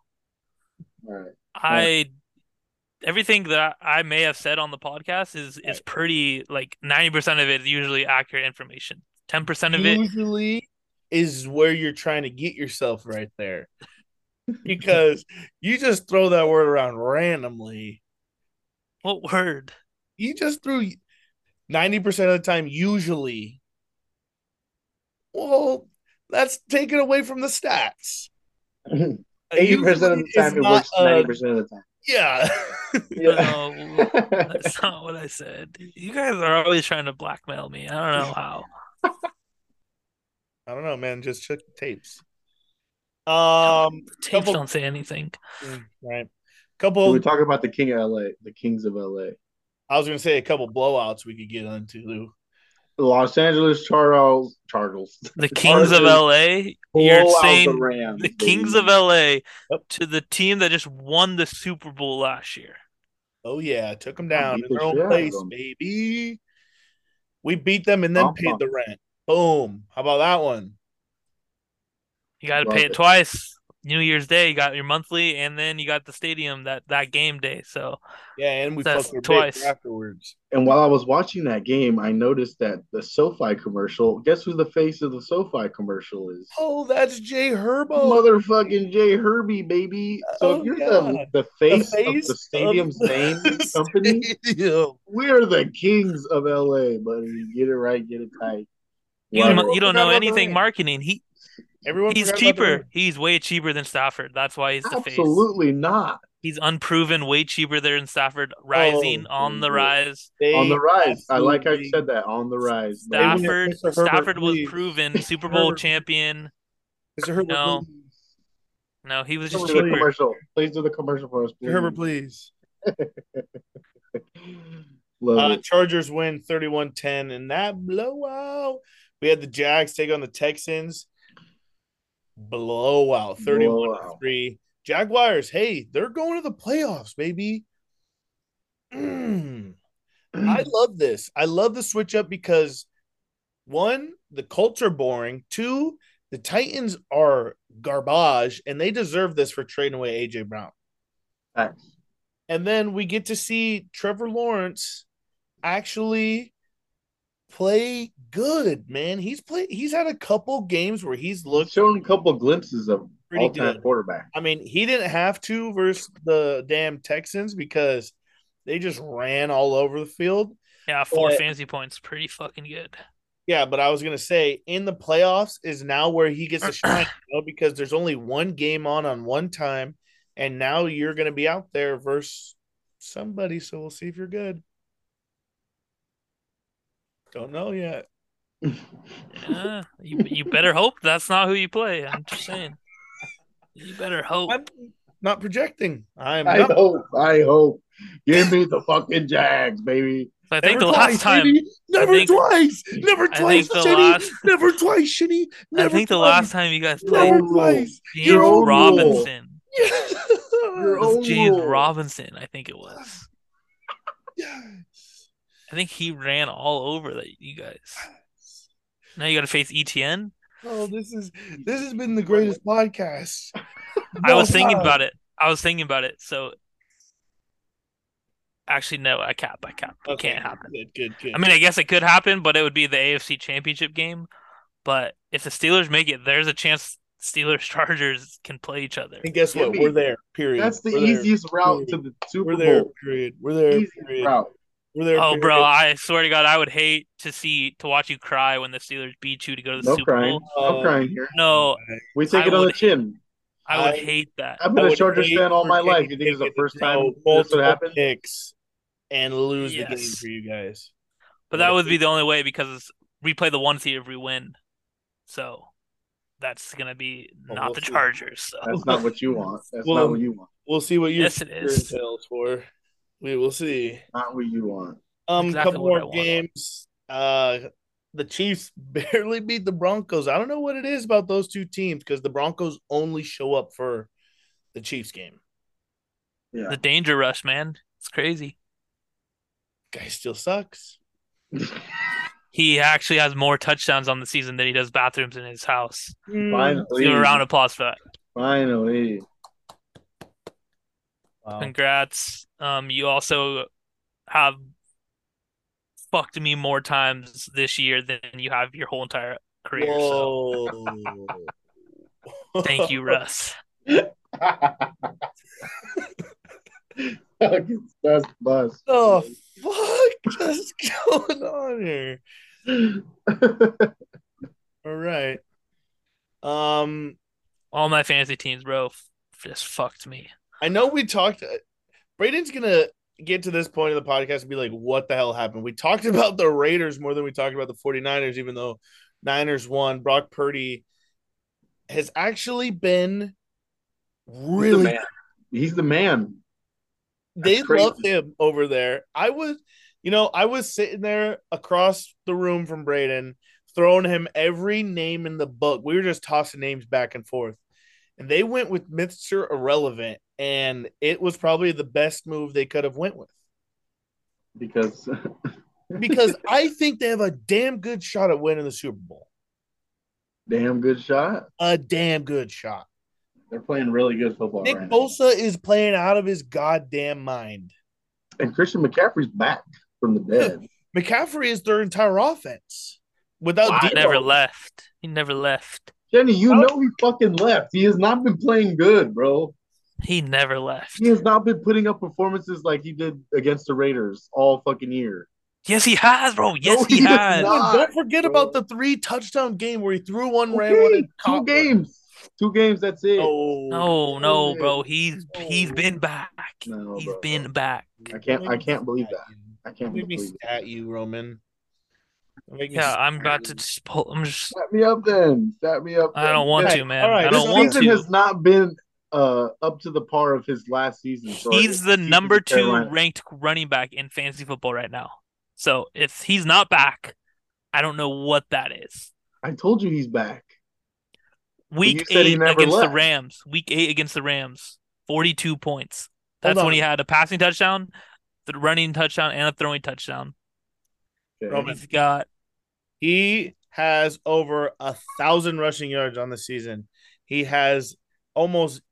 Speaker 2: All right.
Speaker 3: I everything that I may have said on the podcast is is pretty like ninety percent of it is usually accurate information. Ten percent of it,
Speaker 1: usually is where you're trying to get yourself right there because you just throw that word around randomly
Speaker 3: what word?
Speaker 1: you just threw 90% of the time usually well that's taken away from the stats Uh,
Speaker 2: Eighty percent of
Speaker 1: Usually
Speaker 2: the
Speaker 1: is
Speaker 2: time, it
Speaker 1: not
Speaker 2: works
Speaker 1: a-
Speaker 2: ninety percent of the time.
Speaker 1: yeah (laughs)
Speaker 3: (laughs) No, that's not what I said. You guys are always trying to blackmail me. I don't know how.
Speaker 1: i don't know man just check the tapes um
Speaker 3: Tapes
Speaker 1: couple-
Speaker 3: don't say anything.
Speaker 1: right
Speaker 2: (laughs) we
Speaker 1: couple
Speaker 2: were talking about the king of LA, the Kings of LA,
Speaker 1: i was gonna say a couple blowouts we could get into
Speaker 2: Los Angeles Charles, Charles, (laughs)
Speaker 3: The Kings of
Speaker 2: Chargers
Speaker 3: LA. You're
Speaker 2: blow out the
Speaker 3: saying
Speaker 2: Rams,
Speaker 3: the
Speaker 2: baby.
Speaker 3: Kings of LA
Speaker 1: Yep.
Speaker 3: to the team that just won the Super Bowl last year.
Speaker 1: Oh yeah, took them down
Speaker 2: beat
Speaker 1: in
Speaker 2: the
Speaker 1: their own
Speaker 2: shit out of
Speaker 1: place,
Speaker 2: them.
Speaker 1: baby. We beat them and then
Speaker 2: Bum,
Speaker 1: paid
Speaker 2: bum.
Speaker 1: the rent. Boom. How about that one?
Speaker 3: You got to
Speaker 2: Love
Speaker 3: pay
Speaker 2: it.
Speaker 3: it twice. New Year's Day, you got your monthly, and then you got the stadium that that game day. So
Speaker 1: Yeah, and we
Speaker 3: That's
Speaker 1: fucked their
Speaker 3: twice.
Speaker 1: twice afterwards.
Speaker 2: And while I was watching that game, I noticed that the SoFi commercial. Guess who the face of the SoFi commercial is?
Speaker 1: Oh, that's Jay Herbo.
Speaker 2: Motherfucking Jay Herby, baby. So
Speaker 1: Oh,
Speaker 2: if you're
Speaker 1: God.
Speaker 2: the, the, face
Speaker 1: face
Speaker 2: of the
Speaker 1: of
Speaker 2: stadium's
Speaker 1: the (laughs)
Speaker 2: name company,
Speaker 1: Stadium.
Speaker 2: we're the kings of LA, buddy. Get it right, get it tight.
Speaker 3: you
Speaker 2: Love
Speaker 3: don't,
Speaker 2: it.
Speaker 3: you don't
Speaker 1: Forgot
Speaker 3: know
Speaker 1: about the
Speaker 3: anything
Speaker 1: ring.
Speaker 3: marketing. He
Speaker 1: Everyone
Speaker 3: he's
Speaker 1: forgot about the
Speaker 3: cheaper.
Speaker 1: ring.
Speaker 3: He's way cheaper than Stafford. That's why he's the face.
Speaker 2: Absolutely not.
Speaker 3: He's unproven, way cheaper than Stafford.
Speaker 1: Oh,
Speaker 3: Rising on the
Speaker 2: dude.
Speaker 3: rise.
Speaker 1: They
Speaker 2: on the rise. I like how you
Speaker 1: absolutely-
Speaker 2: said that. On the rise.
Speaker 1: Staff-
Speaker 2: buddy.
Speaker 3: Stafford
Speaker 1: Mr. Herbert,
Speaker 3: Stafford was
Speaker 1: please. (laughs)
Speaker 3: proven Super Bowl
Speaker 1: Herbert.
Speaker 3: champion.
Speaker 1: Mr. Herbert,
Speaker 3: No.
Speaker 1: please.
Speaker 3: No, he was
Speaker 2: Please
Speaker 3: just
Speaker 2: do the
Speaker 1: Please.
Speaker 3: cheaper.
Speaker 2: commercial. Please do the commercial for us.
Speaker 1: Mr. Herbert, please.
Speaker 2: please. Love
Speaker 1: Uh,
Speaker 2: it.
Speaker 1: Chargers win 31-10 in that blowout. We had the Jags take on the Texans. Blowout 31
Speaker 2: Blowout.
Speaker 1: 3. Jaguars, hey, they're going to the playoffs, baby. Mm.
Speaker 2: (clears throat)
Speaker 1: I love this. I love the switch up because one, the Colts are boring. Two, the Titans are garbage, and they deserve this for trading away AJ Brown.
Speaker 2: Facts.
Speaker 1: And then we get to see Trevor Lawrence actually play good, man. He's played he's had a couple games where he's looked
Speaker 2: Showing a couple glimpses of
Speaker 1: Pretty
Speaker 2: all-time
Speaker 1: good.
Speaker 2: quarterback.
Speaker 1: I mean, he didn't have to versus the damn Texans because they just ran all over the field.
Speaker 3: Yeah, four
Speaker 1: But-
Speaker 3: fantasy points. Pretty fucking good.
Speaker 1: Yeah, but I was gonna say in the playoffs is now where he gets to shine, you know, because there's only one game on on one time, and now you're gonna be out there versus somebody. So we'll see if you're good. Don't know yet.
Speaker 3: Yeah, you you better hope that's not who you play. I'm just saying. You better hope.
Speaker 1: I'm not projecting. I'm
Speaker 2: (laughs) I
Speaker 1: not.
Speaker 2: hope. I hope. Give me the fucking Jags, baby.
Speaker 3: So I think the
Speaker 1: Never
Speaker 3: last
Speaker 1: twice,
Speaker 3: time,
Speaker 1: Shitty. Never
Speaker 3: think-
Speaker 1: twice. Never
Speaker 3: I
Speaker 1: twice,
Speaker 3: think the
Speaker 1: Shitty.
Speaker 3: last-
Speaker 1: Never twice, Shitty.
Speaker 3: I
Speaker 1: Never
Speaker 3: think the
Speaker 1: twice.
Speaker 3: last time you guys played
Speaker 1: Never
Speaker 2: Your
Speaker 1: twice. (laughs)
Speaker 3: James
Speaker 2: your own rule.
Speaker 3: Robinson
Speaker 2: Your
Speaker 3: It was
Speaker 2: own
Speaker 3: James
Speaker 2: rule.
Speaker 3: Robinson, I think it was.
Speaker 1: Yes.
Speaker 3: I think he ran all over that you guys. Now you got to face E ETN.
Speaker 1: Oh, this is this has been the greatest podcast. (laughs)
Speaker 3: I was thinking
Speaker 1: Wow.
Speaker 3: about it. I was thinking about it. So actually, no, I cap. I cap. It
Speaker 1: Okay,
Speaker 3: can't happen.
Speaker 1: Good, good, good.
Speaker 3: I mean, I guess it could happen, but it would be the AFC Championship game. But if the Steelers make it, there's a chance Steelers (laughs) Chargers can play each other.
Speaker 1: and guess what?
Speaker 2: Gimme.
Speaker 1: We're there. Period.
Speaker 2: That's the
Speaker 1: We're there.
Speaker 2: easiest route to the Super
Speaker 1: We're there.
Speaker 2: Bowl.
Speaker 1: Period. We're there.
Speaker 2: Easiest
Speaker 1: Period.
Speaker 2: route.
Speaker 1: We're there.
Speaker 3: Oh,
Speaker 1: period. Uh,
Speaker 3: bro! I swear to God, I would hate to see to watch you cry when the Steelers beat you to go to the
Speaker 2: No
Speaker 3: Super
Speaker 2: crying.
Speaker 3: Bowl.
Speaker 2: No
Speaker 1: Uh,
Speaker 2: crying here.
Speaker 3: No,
Speaker 2: We take
Speaker 3: I
Speaker 2: it on the
Speaker 3: would-
Speaker 2: chin.
Speaker 3: I would
Speaker 1: I-
Speaker 3: hate that.
Speaker 2: I've
Speaker 1: I
Speaker 2: been a
Speaker 1: would
Speaker 2: Chargers
Speaker 1: hate
Speaker 2: fan all
Speaker 1: for
Speaker 2: my
Speaker 1: Kenny
Speaker 2: life. You think it's the
Speaker 1: Pickett
Speaker 2: first
Speaker 1: to
Speaker 2: time
Speaker 1: throw
Speaker 2: this would
Speaker 1: Oh, multiple
Speaker 2: happen?
Speaker 1: picks and lose the game
Speaker 3: Yes.
Speaker 1: for you guys.
Speaker 3: But that would be the only way because we play the one seed if we win. So that's gonna be
Speaker 1: Well,
Speaker 3: not
Speaker 1: we'll
Speaker 3: the
Speaker 1: see.
Speaker 3: Chargers. So
Speaker 2: That's not what you want. That's
Speaker 1: Well,
Speaker 2: not what you want.
Speaker 1: We'll see what you
Speaker 3: Yes, it is.
Speaker 1: entails for. We will see.
Speaker 2: Not what you want.
Speaker 1: Um,
Speaker 3: Exactly
Speaker 1: couple
Speaker 3: what I
Speaker 1: more
Speaker 3: want.
Speaker 1: games. Uh, the Chiefs (laughs) barely beat the Broncos. I don't know what it is about those two teams because the Broncos only show up for the Chiefs game.
Speaker 2: Yeah.
Speaker 3: the danger rush, man. It's crazy.
Speaker 1: Guy still sucks.
Speaker 2: (laughs)
Speaker 3: He actually has more touchdowns on the season than he does bathrooms in his house. Let's
Speaker 2: Finally.
Speaker 3: Give him a round of applause for that.
Speaker 2: Finally.
Speaker 1: (laughs)
Speaker 2: Oh.
Speaker 1: Wow.
Speaker 3: Congrats. Um, you also have fucked me more times this year than you have your whole entire career. So
Speaker 1: Whoa. (laughs)
Speaker 2: (laughs)
Speaker 3: thank you, Russ.
Speaker 2: Fucking that's bust. (laughs)
Speaker 1: the fuck is going on here? All right. Um,
Speaker 3: All my fantasy teams, bro, f- just fucked me.
Speaker 1: I know we talked. Braden's gonna get to this point of the podcast and be like, "What the hell happened?" We talked (laughs) about the Raiders more than we talked about the 49ers, even though Niners won. Brock Purdy has actually been
Speaker 2: He's the
Speaker 1: really.
Speaker 2: man. He's the man.
Speaker 1: They
Speaker 2: That's crazy.
Speaker 1: love him over there. I was, you know, I was sitting there across the room from Braden, throwing him every name in the book. We were just tossing names back and forth. And they went with Mr. Irrelevant, and it was probably the best move they could have went with.
Speaker 2: Because (laughs)
Speaker 1: because I think they have a damn good shot at winning the Super Bowl.
Speaker 2: damn good shot.
Speaker 1: A damn good shot.
Speaker 2: They're playing really good football
Speaker 1: Nick
Speaker 2: right now.
Speaker 1: Bosa is playing out of his goddamn mind.
Speaker 2: And Christian McCaffrey's back from
Speaker 1: (laughs)
Speaker 2: the dead.
Speaker 1: McCaffrey is their entire offense. Without
Speaker 2: Wow.
Speaker 1: Debo.
Speaker 3: Never left. He never left.
Speaker 2: Jenny, you
Speaker 1: Oh.
Speaker 2: know he fucking left. He has not been playing good, bro.
Speaker 3: He never left.
Speaker 2: He has not been putting up performances like he did against the Raiders all fucking year.
Speaker 3: Yes, he has, bro. Yes,
Speaker 2: No,
Speaker 3: he,
Speaker 2: he does
Speaker 3: has.
Speaker 2: not.
Speaker 1: And don't forget
Speaker 2: bro.
Speaker 1: about the three touchdown game where he threw one, ran one,
Speaker 2: Okay,
Speaker 1: and caught
Speaker 2: two
Speaker 1: one. Oh.
Speaker 2: games. Two games, that's it.
Speaker 3: Oh,
Speaker 1: No,
Speaker 3: No, no,
Speaker 2: No.
Speaker 3: bro. He's he's been back.
Speaker 2: No,
Speaker 3: He's
Speaker 2: Oh, bro.
Speaker 3: been back.
Speaker 2: I can't I can't believe that. I can't
Speaker 1: Make me
Speaker 2: believe it.
Speaker 1: stat you, Roman. Make me
Speaker 3: Yeah,
Speaker 1: stat
Speaker 3: I'm about to
Speaker 1: you.
Speaker 3: just pull. I'm just.
Speaker 2: Set me up then. Set me up.
Speaker 3: I don't want
Speaker 1: Okay,
Speaker 3: to, man.
Speaker 1: all right.
Speaker 3: I
Speaker 2: This
Speaker 3: don't want
Speaker 2: season
Speaker 3: to.
Speaker 2: has not been uh, up to the par of his last season. so
Speaker 3: He's
Speaker 2: it's-
Speaker 3: the
Speaker 2: he's
Speaker 3: number
Speaker 2: in
Speaker 3: two
Speaker 2: Carolina.
Speaker 3: ranked running back in fantasy football right now. So if he's not back, I don't know what that is.
Speaker 2: I told you he's back.
Speaker 3: Week
Speaker 2: said he
Speaker 3: eight
Speaker 2: never
Speaker 3: against
Speaker 2: left.
Speaker 3: the Rams. Week eight against the Rams. Forty-two points. That's
Speaker 1: Hold
Speaker 3: when he
Speaker 1: on.
Speaker 3: had a passing touchdown, the running touchdown, and a throwing touchdown.
Speaker 2: Okay.
Speaker 1: Roman.
Speaker 3: He's got
Speaker 1: He has over a thousand rushing yards on the season. He has almost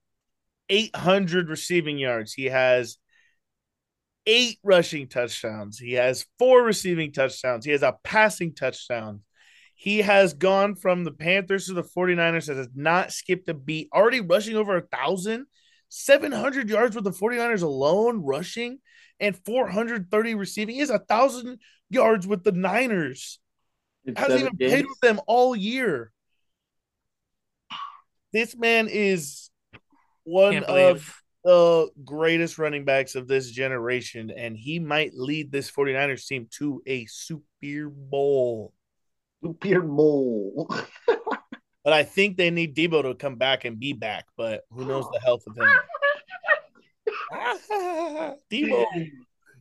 Speaker 1: 800 receiving yards. He has eight rushing touchdowns. He has four receiving touchdowns. He has a passing touchdown. He has gone from the Panthers to the 49ers and has not skipped a beat, already rushing over a thousand. 700 yards with the 49ers alone rushing and 430 receiving. He has a thousand yards with the Niners
Speaker 2: In
Speaker 1: hasn't
Speaker 2: seven
Speaker 1: even played
Speaker 2: games.
Speaker 1: with them all year. This man is one
Speaker 3: can't
Speaker 1: of
Speaker 3: believe. (laughs)
Speaker 1: the greatest running backs of this generation, and he might lead this 49ers team to a Super Bowl.
Speaker 2: Peter Mole.
Speaker 1: But I think they need Debo to come back and be back, but who knows the health of
Speaker 3: (laughs)
Speaker 1: him. Debo.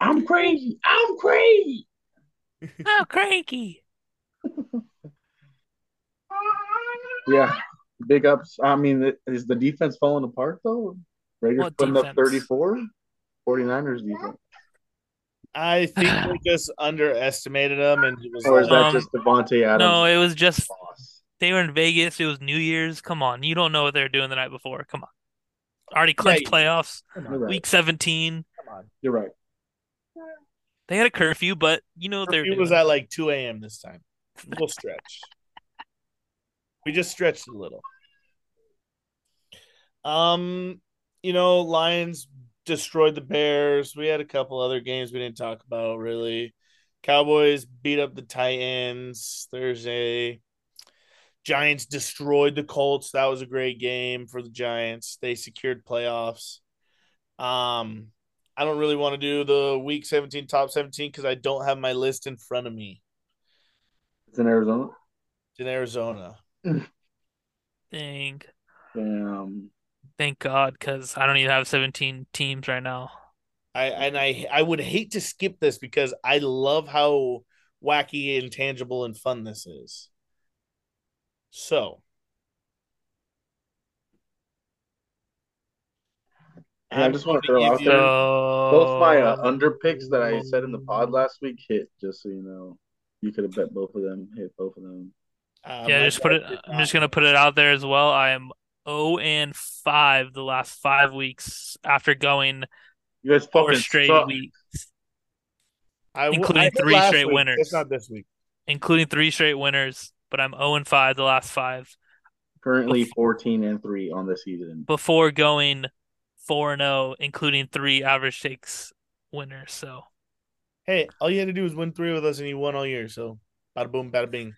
Speaker 2: I'm crazy. I'm crazy.
Speaker 3: Oh, cranky.
Speaker 2: Yeah. Big ups. I mean, it- is the defense falling apart though? Raiders
Speaker 3: What
Speaker 2: putting up
Speaker 3: defense?
Speaker 2: 34. 49ers defense.
Speaker 1: I think they just underestimated him and he was
Speaker 2: Or is
Speaker 1: like,
Speaker 2: that
Speaker 3: Um,
Speaker 2: just Devontae Adams?
Speaker 3: No, it was just
Speaker 2: loss?
Speaker 3: they were in Vegas. It was New Year's. Come on, you don't know what they were doing the night before. Come on. Already clinched
Speaker 1: you-
Speaker 3: playoffs.
Speaker 1: Come on,
Speaker 2: You're right.
Speaker 3: Week 17.
Speaker 1: come on.
Speaker 2: You're right.
Speaker 3: They had a curfew, but you know they're
Speaker 1: Curfew was at like 2 a.m. this time. We'll stretch. we just stretched a little. Um, you know, Lions destroyed the Bears. We had a couple other games we didn't talk about really. Cowboys beat up the Titans Thursday. Giants destroyed the Colts. That was a great game for the Giants. They secured playoffs. Um, I don't really want to do the week 17 top 17 because I don't have my list in front of me.
Speaker 2: It's in Arizona.
Speaker 1: It's in Arizona.
Speaker 3: Dang.
Speaker 2: Damn.
Speaker 3: Thank God, because I don't even have 17 teams right now.
Speaker 1: I and I I would hate to skip this because I love how wacky, intangible, and fun this is. So
Speaker 2: Hey, I just wanna throw
Speaker 1: give
Speaker 2: out
Speaker 1: you-
Speaker 2: there-
Speaker 3: So
Speaker 2: Both my uh, under picks that I said in the
Speaker 3: um,
Speaker 2: pod last week hit. Just so you know, you could have bet both of them. Hit both of them.
Speaker 1: uh,
Speaker 3: Yeah,
Speaker 1: my
Speaker 3: just put
Speaker 1: guy
Speaker 3: it.
Speaker 1: did
Speaker 3: I'm
Speaker 1: not.
Speaker 3: just gonna put it out there as well. I am 0 and 5 the last five weeks after going
Speaker 2: You guys
Speaker 3: four
Speaker 2: fucking
Speaker 3: straight
Speaker 2: suck.
Speaker 3: weeks,
Speaker 1: I w-
Speaker 3: including
Speaker 1: I did
Speaker 3: three
Speaker 1: last
Speaker 3: straight
Speaker 1: week,
Speaker 3: winners.
Speaker 1: It's not this week.
Speaker 3: including three straight winners. But I'm 0 and 5 the last five
Speaker 2: Currently
Speaker 3: Bef-
Speaker 2: fourteen and three on the season. (laughs)
Speaker 3: before going 4 and 0, including three average takes winners. So
Speaker 1: Hey, all you had to do was win three with us, and you won all year. So, bada boom, bada bing.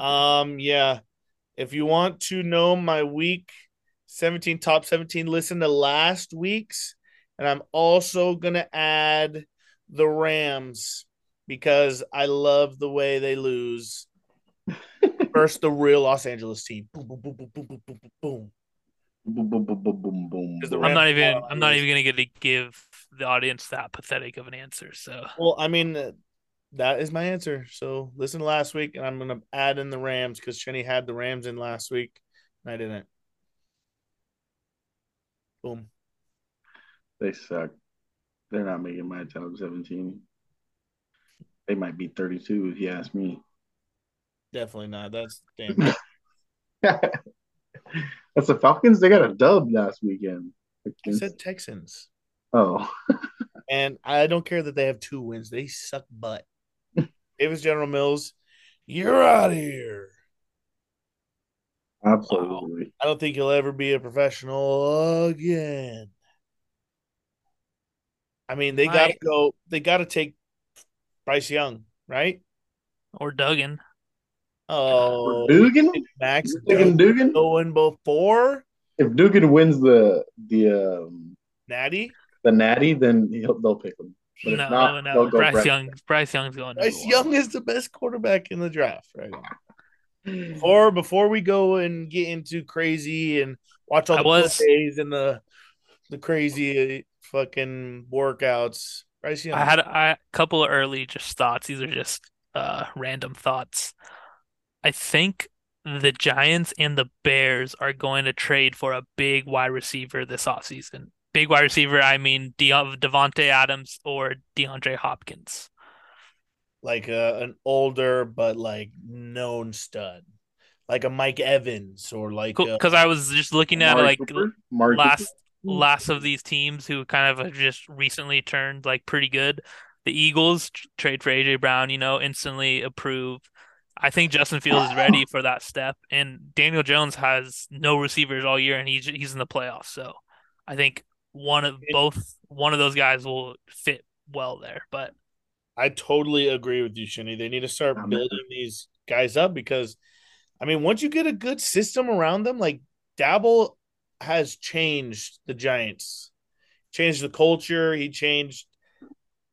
Speaker 1: Um, yeah. If you want to know my week 17 top 17, listen to last week's. And I'm also gonna add the Rams because I love the way they lose. First, the real Los Angeles team. Boom, boom, boom, boom, boom, boom, boom, boom, boom.
Speaker 2: Boom, boom, boom, boom, boom, boom,
Speaker 1: Is the
Speaker 2: boom.
Speaker 1: Rams-
Speaker 3: I'm not even.
Speaker 1: Ramsey.
Speaker 3: I'm not even gonna get to give the audience that pathetic of an answer. So
Speaker 1: Well, I mean, uh, that is my answer. So listen to last week, and I'm going to add in the Rams because Cheney had the Rams in last week, and I didn't. Boom.
Speaker 2: They suck. They're not making my top seventeen. They might be thirty-two if you ask (laughs) me.
Speaker 1: Definitely not. That's damn.
Speaker 2: That's the Falcons. They got a dub last weekend.
Speaker 1: I said Texans,
Speaker 2: (laughs) oh, (laughs)
Speaker 1: and I don't care that they have two wins. They suck butt. Davis General Mills, you're out of here.
Speaker 2: absolutely.
Speaker 1: I don't think you'll ever be a professional again. I mean, they
Speaker 3: I-
Speaker 1: got to go. They got to take Bryce Young, right?
Speaker 3: or Duggan.
Speaker 1: Oh,
Speaker 2: Dugan?
Speaker 1: Max
Speaker 2: You're thinking Dugan?
Speaker 1: going before
Speaker 2: If Dugan wins the the um,
Speaker 1: Natty.
Speaker 2: the Natty, then he'll, they'll pick him. But
Speaker 3: No,
Speaker 2: if not,
Speaker 3: no,
Speaker 2: they'll go
Speaker 3: Bryce
Speaker 2: Bryce.
Speaker 3: Young. Bryce Young's going. number
Speaker 1: Bryce
Speaker 3: one.
Speaker 1: Young is the best quarterback in the draft right now. Or before we go and get into crazy and watch all
Speaker 3: I
Speaker 1: the
Speaker 3: was-
Speaker 1: plays and the the crazy fucking workouts, Bryce Young.
Speaker 3: I had a I- couple of early just thoughts. These are just uh, random thoughts. I think the Giants and the Bears are going to trade for a big wide receiver this offseason. Big wide receiver, I mean De- Devontae Adams or DeAndre Hopkins.
Speaker 1: like a, an older but like known stud, like a Mike Evans or like a-
Speaker 3: Because I was just looking at
Speaker 2: Amari
Speaker 3: like
Speaker 2: Cooper? Amari Cooper?
Speaker 3: last last of these teams who kind of have just recently turned like pretty good. The Eagles tr- trade for AJ Brown, you know, instantly approve. I think Justin Fields is ready for that step, and Daniel Jones has no receivers all year, and he's he's in the playoffs. So I think one of both one of those guys will fit well there. But
Speaker 1: I totally agree with you, Shinny. They need to start
Speaker 2: Amen.
Speaker 1: building these guys up because, I mean, once you get a good system around them, like Dabble has changed the Giants, changed the culture. He changed.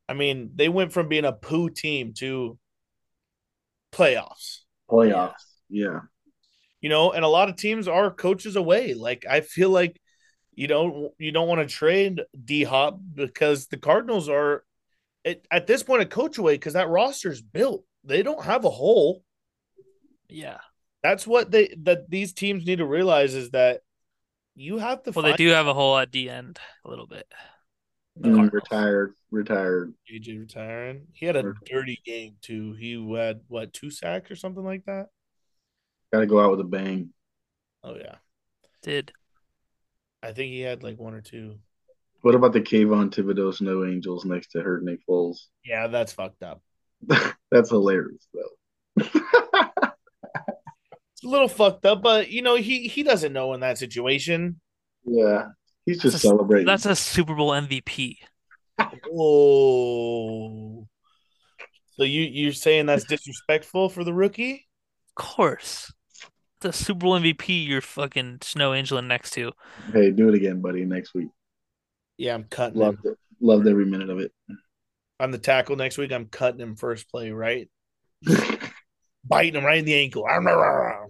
Speaker 1: I mean, they went from being a poo team to playoffs,
Speaker 2: playoffs. Yeah.
Speaker 1: you know, and a lot of teams are coaches away. Like, I feel like, you know, you don't want to trade D Hop because the Cardinals are at, at this point a coach away because that roster's built. They don't have a hole.
Speaker 3: yeah,
Speaker 1: That's what they that these teams need to realize is that you have to
Speaker 3: well, they
Speaker 1: find
Speaker 3: do have a hole at the end a little bit. The
Speaker 2: Mm,
Speaker 3: Cardinals.
Speaker 2: retired. Retired.
Speaker 1: JJ retiring. He had a
Speaker 2: Sure.
Speaker 1: dirty game too. He had what two sacks or something like that.
Speaker 2: Got to go out with a bang.
Speaker 1: Oh yeah.
Speaker 3: Did
Speaker 1: I think he had like one or two.
Speaker 2: What about the Kayvon Thibodeau's No Angels next to her Nick Foles? (laughs)
Speaker 1: Yeah, that's fucked up.
Speaker 2: That's hilarious though. (laughs)
Speaker 1: It's a little fucked up, but you know he he doesn't know in that situation.
Speaker 2: yeah. He's just
Speaker 3: That's a-
Speaker 2: celebrating.
Speaker 3: That's a Super Bowl MVP.
Speaker 1: Oh, so you you're saying that's disrespectful for the rookie?
Speaker 3: Of course. The Super Bowl MVP you're fucking Snow Angel next to.
Speaker 2: hey, do it again, buddy, next week.
Speaker 1: Yeah, I'm cutting him.
Speaker 2: Loved it. Loved every minute of it.
Speaker 1: on the tackle next week. I'm cutting him first play, right? Biting him right in the ankle. I'm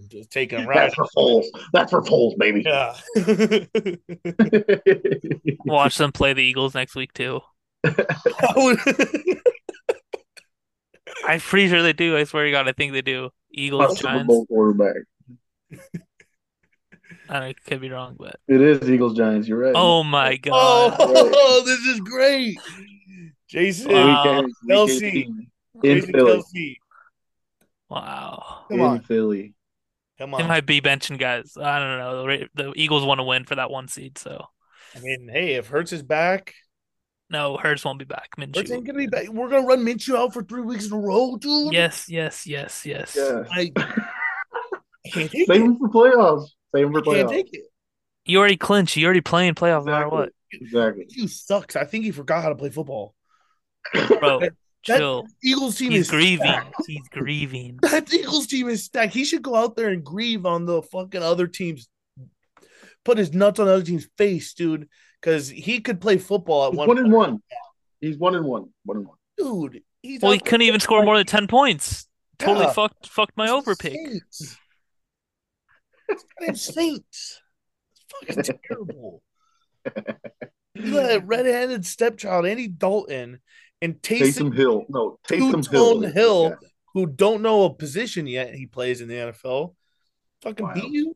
Speaker 1: just taking him right.
Speaker 2: (laughs) That's for Foles. That's for Foles, baby. (laughs)
Speaker 1: (laughs) Yeah.
Speaker 3: Watch them play the Eagles next week too.
Speaker 1: I would-
Speaker 3: I'm pretty sure they do. I swear to God, I think they do.
Speaker 2: Our
Speaker 3: Eagles,
Speaker 2: Super
Speaker 3: Giants.
Speaker 2: Bowl quarterback.
Speaker 3: I don't, could be wrong, but
Speaker 2: It is Eagles Giants. You're right.
Speaker 3: oh my
Speaker 1: (laughs) oh,
Speaker 3: God,
Speaker 1: this is great. Jason,
Speaker 3: Wow.
Speaker 2: Weekend- weekend
Speaker 1: Kelsey.
Speaker 2: team in
Speaker 1: Jason
Speaker 2: Philly.
Speaker 1: Kelsey.
Speaker 3: wow.
Speaker 1: Come
Speaker 2: in
Speaker 1: on.
Speaker 2: Philly.
Speaker 1: Come
Speaker 3: They
Speaker 1: on.
Speaker 3: might be benching guys. I don't know. The, Ra- the Eagles want to win for that one seed, so
Speaker 1: I mean, hey, if Hertz is back,
Speaker 3: no, Hurts won't be back.
Speaker 1: Hertz ain't
Speaker 3: Minshew.
Speaker 1: gonna be back. We're gonna run Minshew out for three weeks in a row, dude.
Speaker 3: Yes, yes, yes, yes.
Speaker 2: Yeah. (laughs)
Speaker 1: I I can't take it.
Speaker 2: Same for playoffs. Same for
Speaker 1: I can't
Speaker 2: playoffs.
Speaker 1: take it.
Speaker 3: You already clinched. You already playing playoffs, no matter
Speaker 2: Exactly.
Speaker 3: what,
Speaker 2: Exactly.
Speaker 1: Minshew sucks. I think he forgot how to play football.
Speaker 3: bro.
Speaker 1: That-
Speaker 3: Chill.
Speaker 1: Eagles team
Speaker 3: He's
Speaker 1: is
Speaker 3: grieving.
Speaker 1: stacked.
Speaker 3: He's grieving.
Speaker 1: (laughs) That Eagles team is stacked. He should go out there and grieve on the fucking other team's put his nuts on the other team's face, dude. Cause he could play football at
Speaker 2: He's
Speaker 1: one,
Speaker 2: one and one. He's one and one. One and one.
Speaker 1: dude. (laughs) He's
Speaker 3: Well, he
Speaker 1: out
Speaker 3: couldn't even score more than ten points. Totally
Speaker 1: Yeah.
Speaker 3: fucked fucked my
Speaker 1: there
Speaker 3: over
Speaker 1: with
Speaker 3: pick.
Speaker 1: Saints. It's goddamn Saints. It's fucking terrible. You let that red-handed stepchild Andy Dalton and Taysom,
Speaker 2: Taysom Hill. No, Taysom Hill.
Speaker 1: Two-tone Hill. who don't know a position yet, he plays in the NFL. Fucking
Speaker 2: Wild.
Speaker 1: beat you.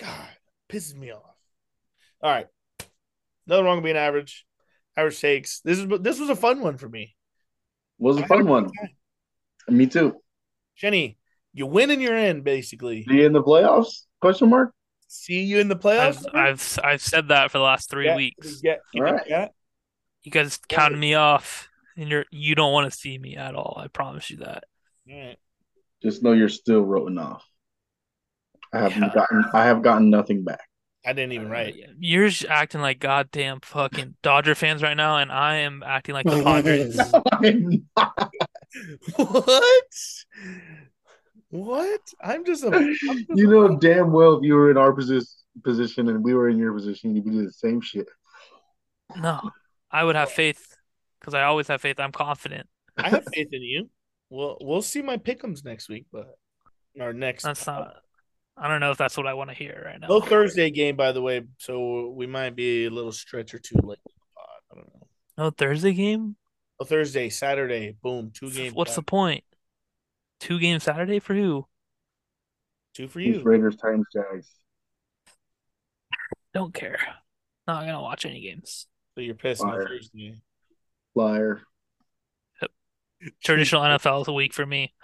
Speaker 1: God, pisses me off. All right, nothing wrong with being average. Average takes. This is this was a fun one for me.
Speaker 2: Was a fun one. Me too.
Speaker 1: Jenny, you win and you're in. Basically,
Speaker 2: Be in the playoffs? Question mark.
Speaker 1: see you in the playoffs.
Speaker 3: I've, I've I've said that for the last three
Speaker 1: Yeah,
Speaker 3: weeks.
Speaker 1: Yeah,
Speaker 2: All right.
Speaker 1: yeah.
Speaker 3: You guys
Speaker 1: Yeah.
Speaker 3: counted me off, and you're you don't want to see me at all. I promise you that.
Speaker 1: All right.
Speaker 2: Just know you're still written off. I haven't
Speaker 3: Yeah.
Speaker 2: gotten. I have gotten nothing back. (laughs)
Speaker 1: I didn't even write.
Speaker 3: (laughs) You're just acting like goddamn fucking Dodger fans right now, and I am acting
Speaker 1: (laughs)
Speaker 3: like the Padres.
Speaker 1: what? What? I'm just a. I'm just
Speaker 2: (laughs) you
Speaker 1: a-
Speaker 2: know damn well if you were in our posi- position and we were in your position, you would do the same shit.
Speaker 3: No, I would have faith because I always have faith. I'm confident.
Speaker 1: I have faith in you. We'll we'll see my pickums next week, but our next
Speaker 3: That's not. I don't know if that's what I want to hear right now.
Speaker 1: no Thursday game, by the way. So we might be a little stretch or two late. in the pod. I don't know.
Speaker 3: No Thursday game.
Speaker 1: Oh, Thursday, Saturday, boom, two games.
Speaker 3: What's the point? Two game Saturday for who?
Speaker 1: two for
Speaker 2: These
Speaker 1: you?
Speaker 2: Raiders times Jags.
Speaker 3: Don't care. Not gonna watch any games.
Speaker 1: So you're pissed on
Speaker 2: Fire.
Speaker 1: Thursday. (laughs)
Speaker 2: Liar.
Speaker 3: Traditional NFL is a week for me.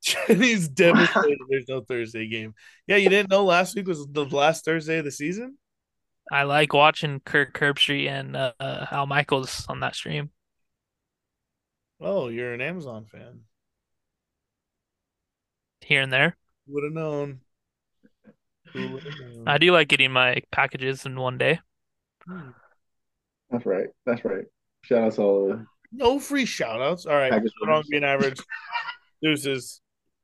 Speaker 1: Jenny's devastated. There's no Thursday game. Yeah, you didn't know last week was the last Thursday of the season.
Speaker 3: I like watching Kirk Herbstreit and uh, uh, Al Michaels on that stream.
Speaker 1: Oh, you're an Amazon fan.
Speaker 3: here and there.
Speaker 1: Would have known. Who would have known?
Speaker 3: I do like getting my packages in one day.
Speaker 1: Hmm.
Speaker 2: That's right. That's right. Shout out to all of
Speaker 1: No free shout outs. All right.
Speaker 2: Packers
Speaker 1: Wrong
Speaker 2: winners.
Speaker 1: being average. Deuces.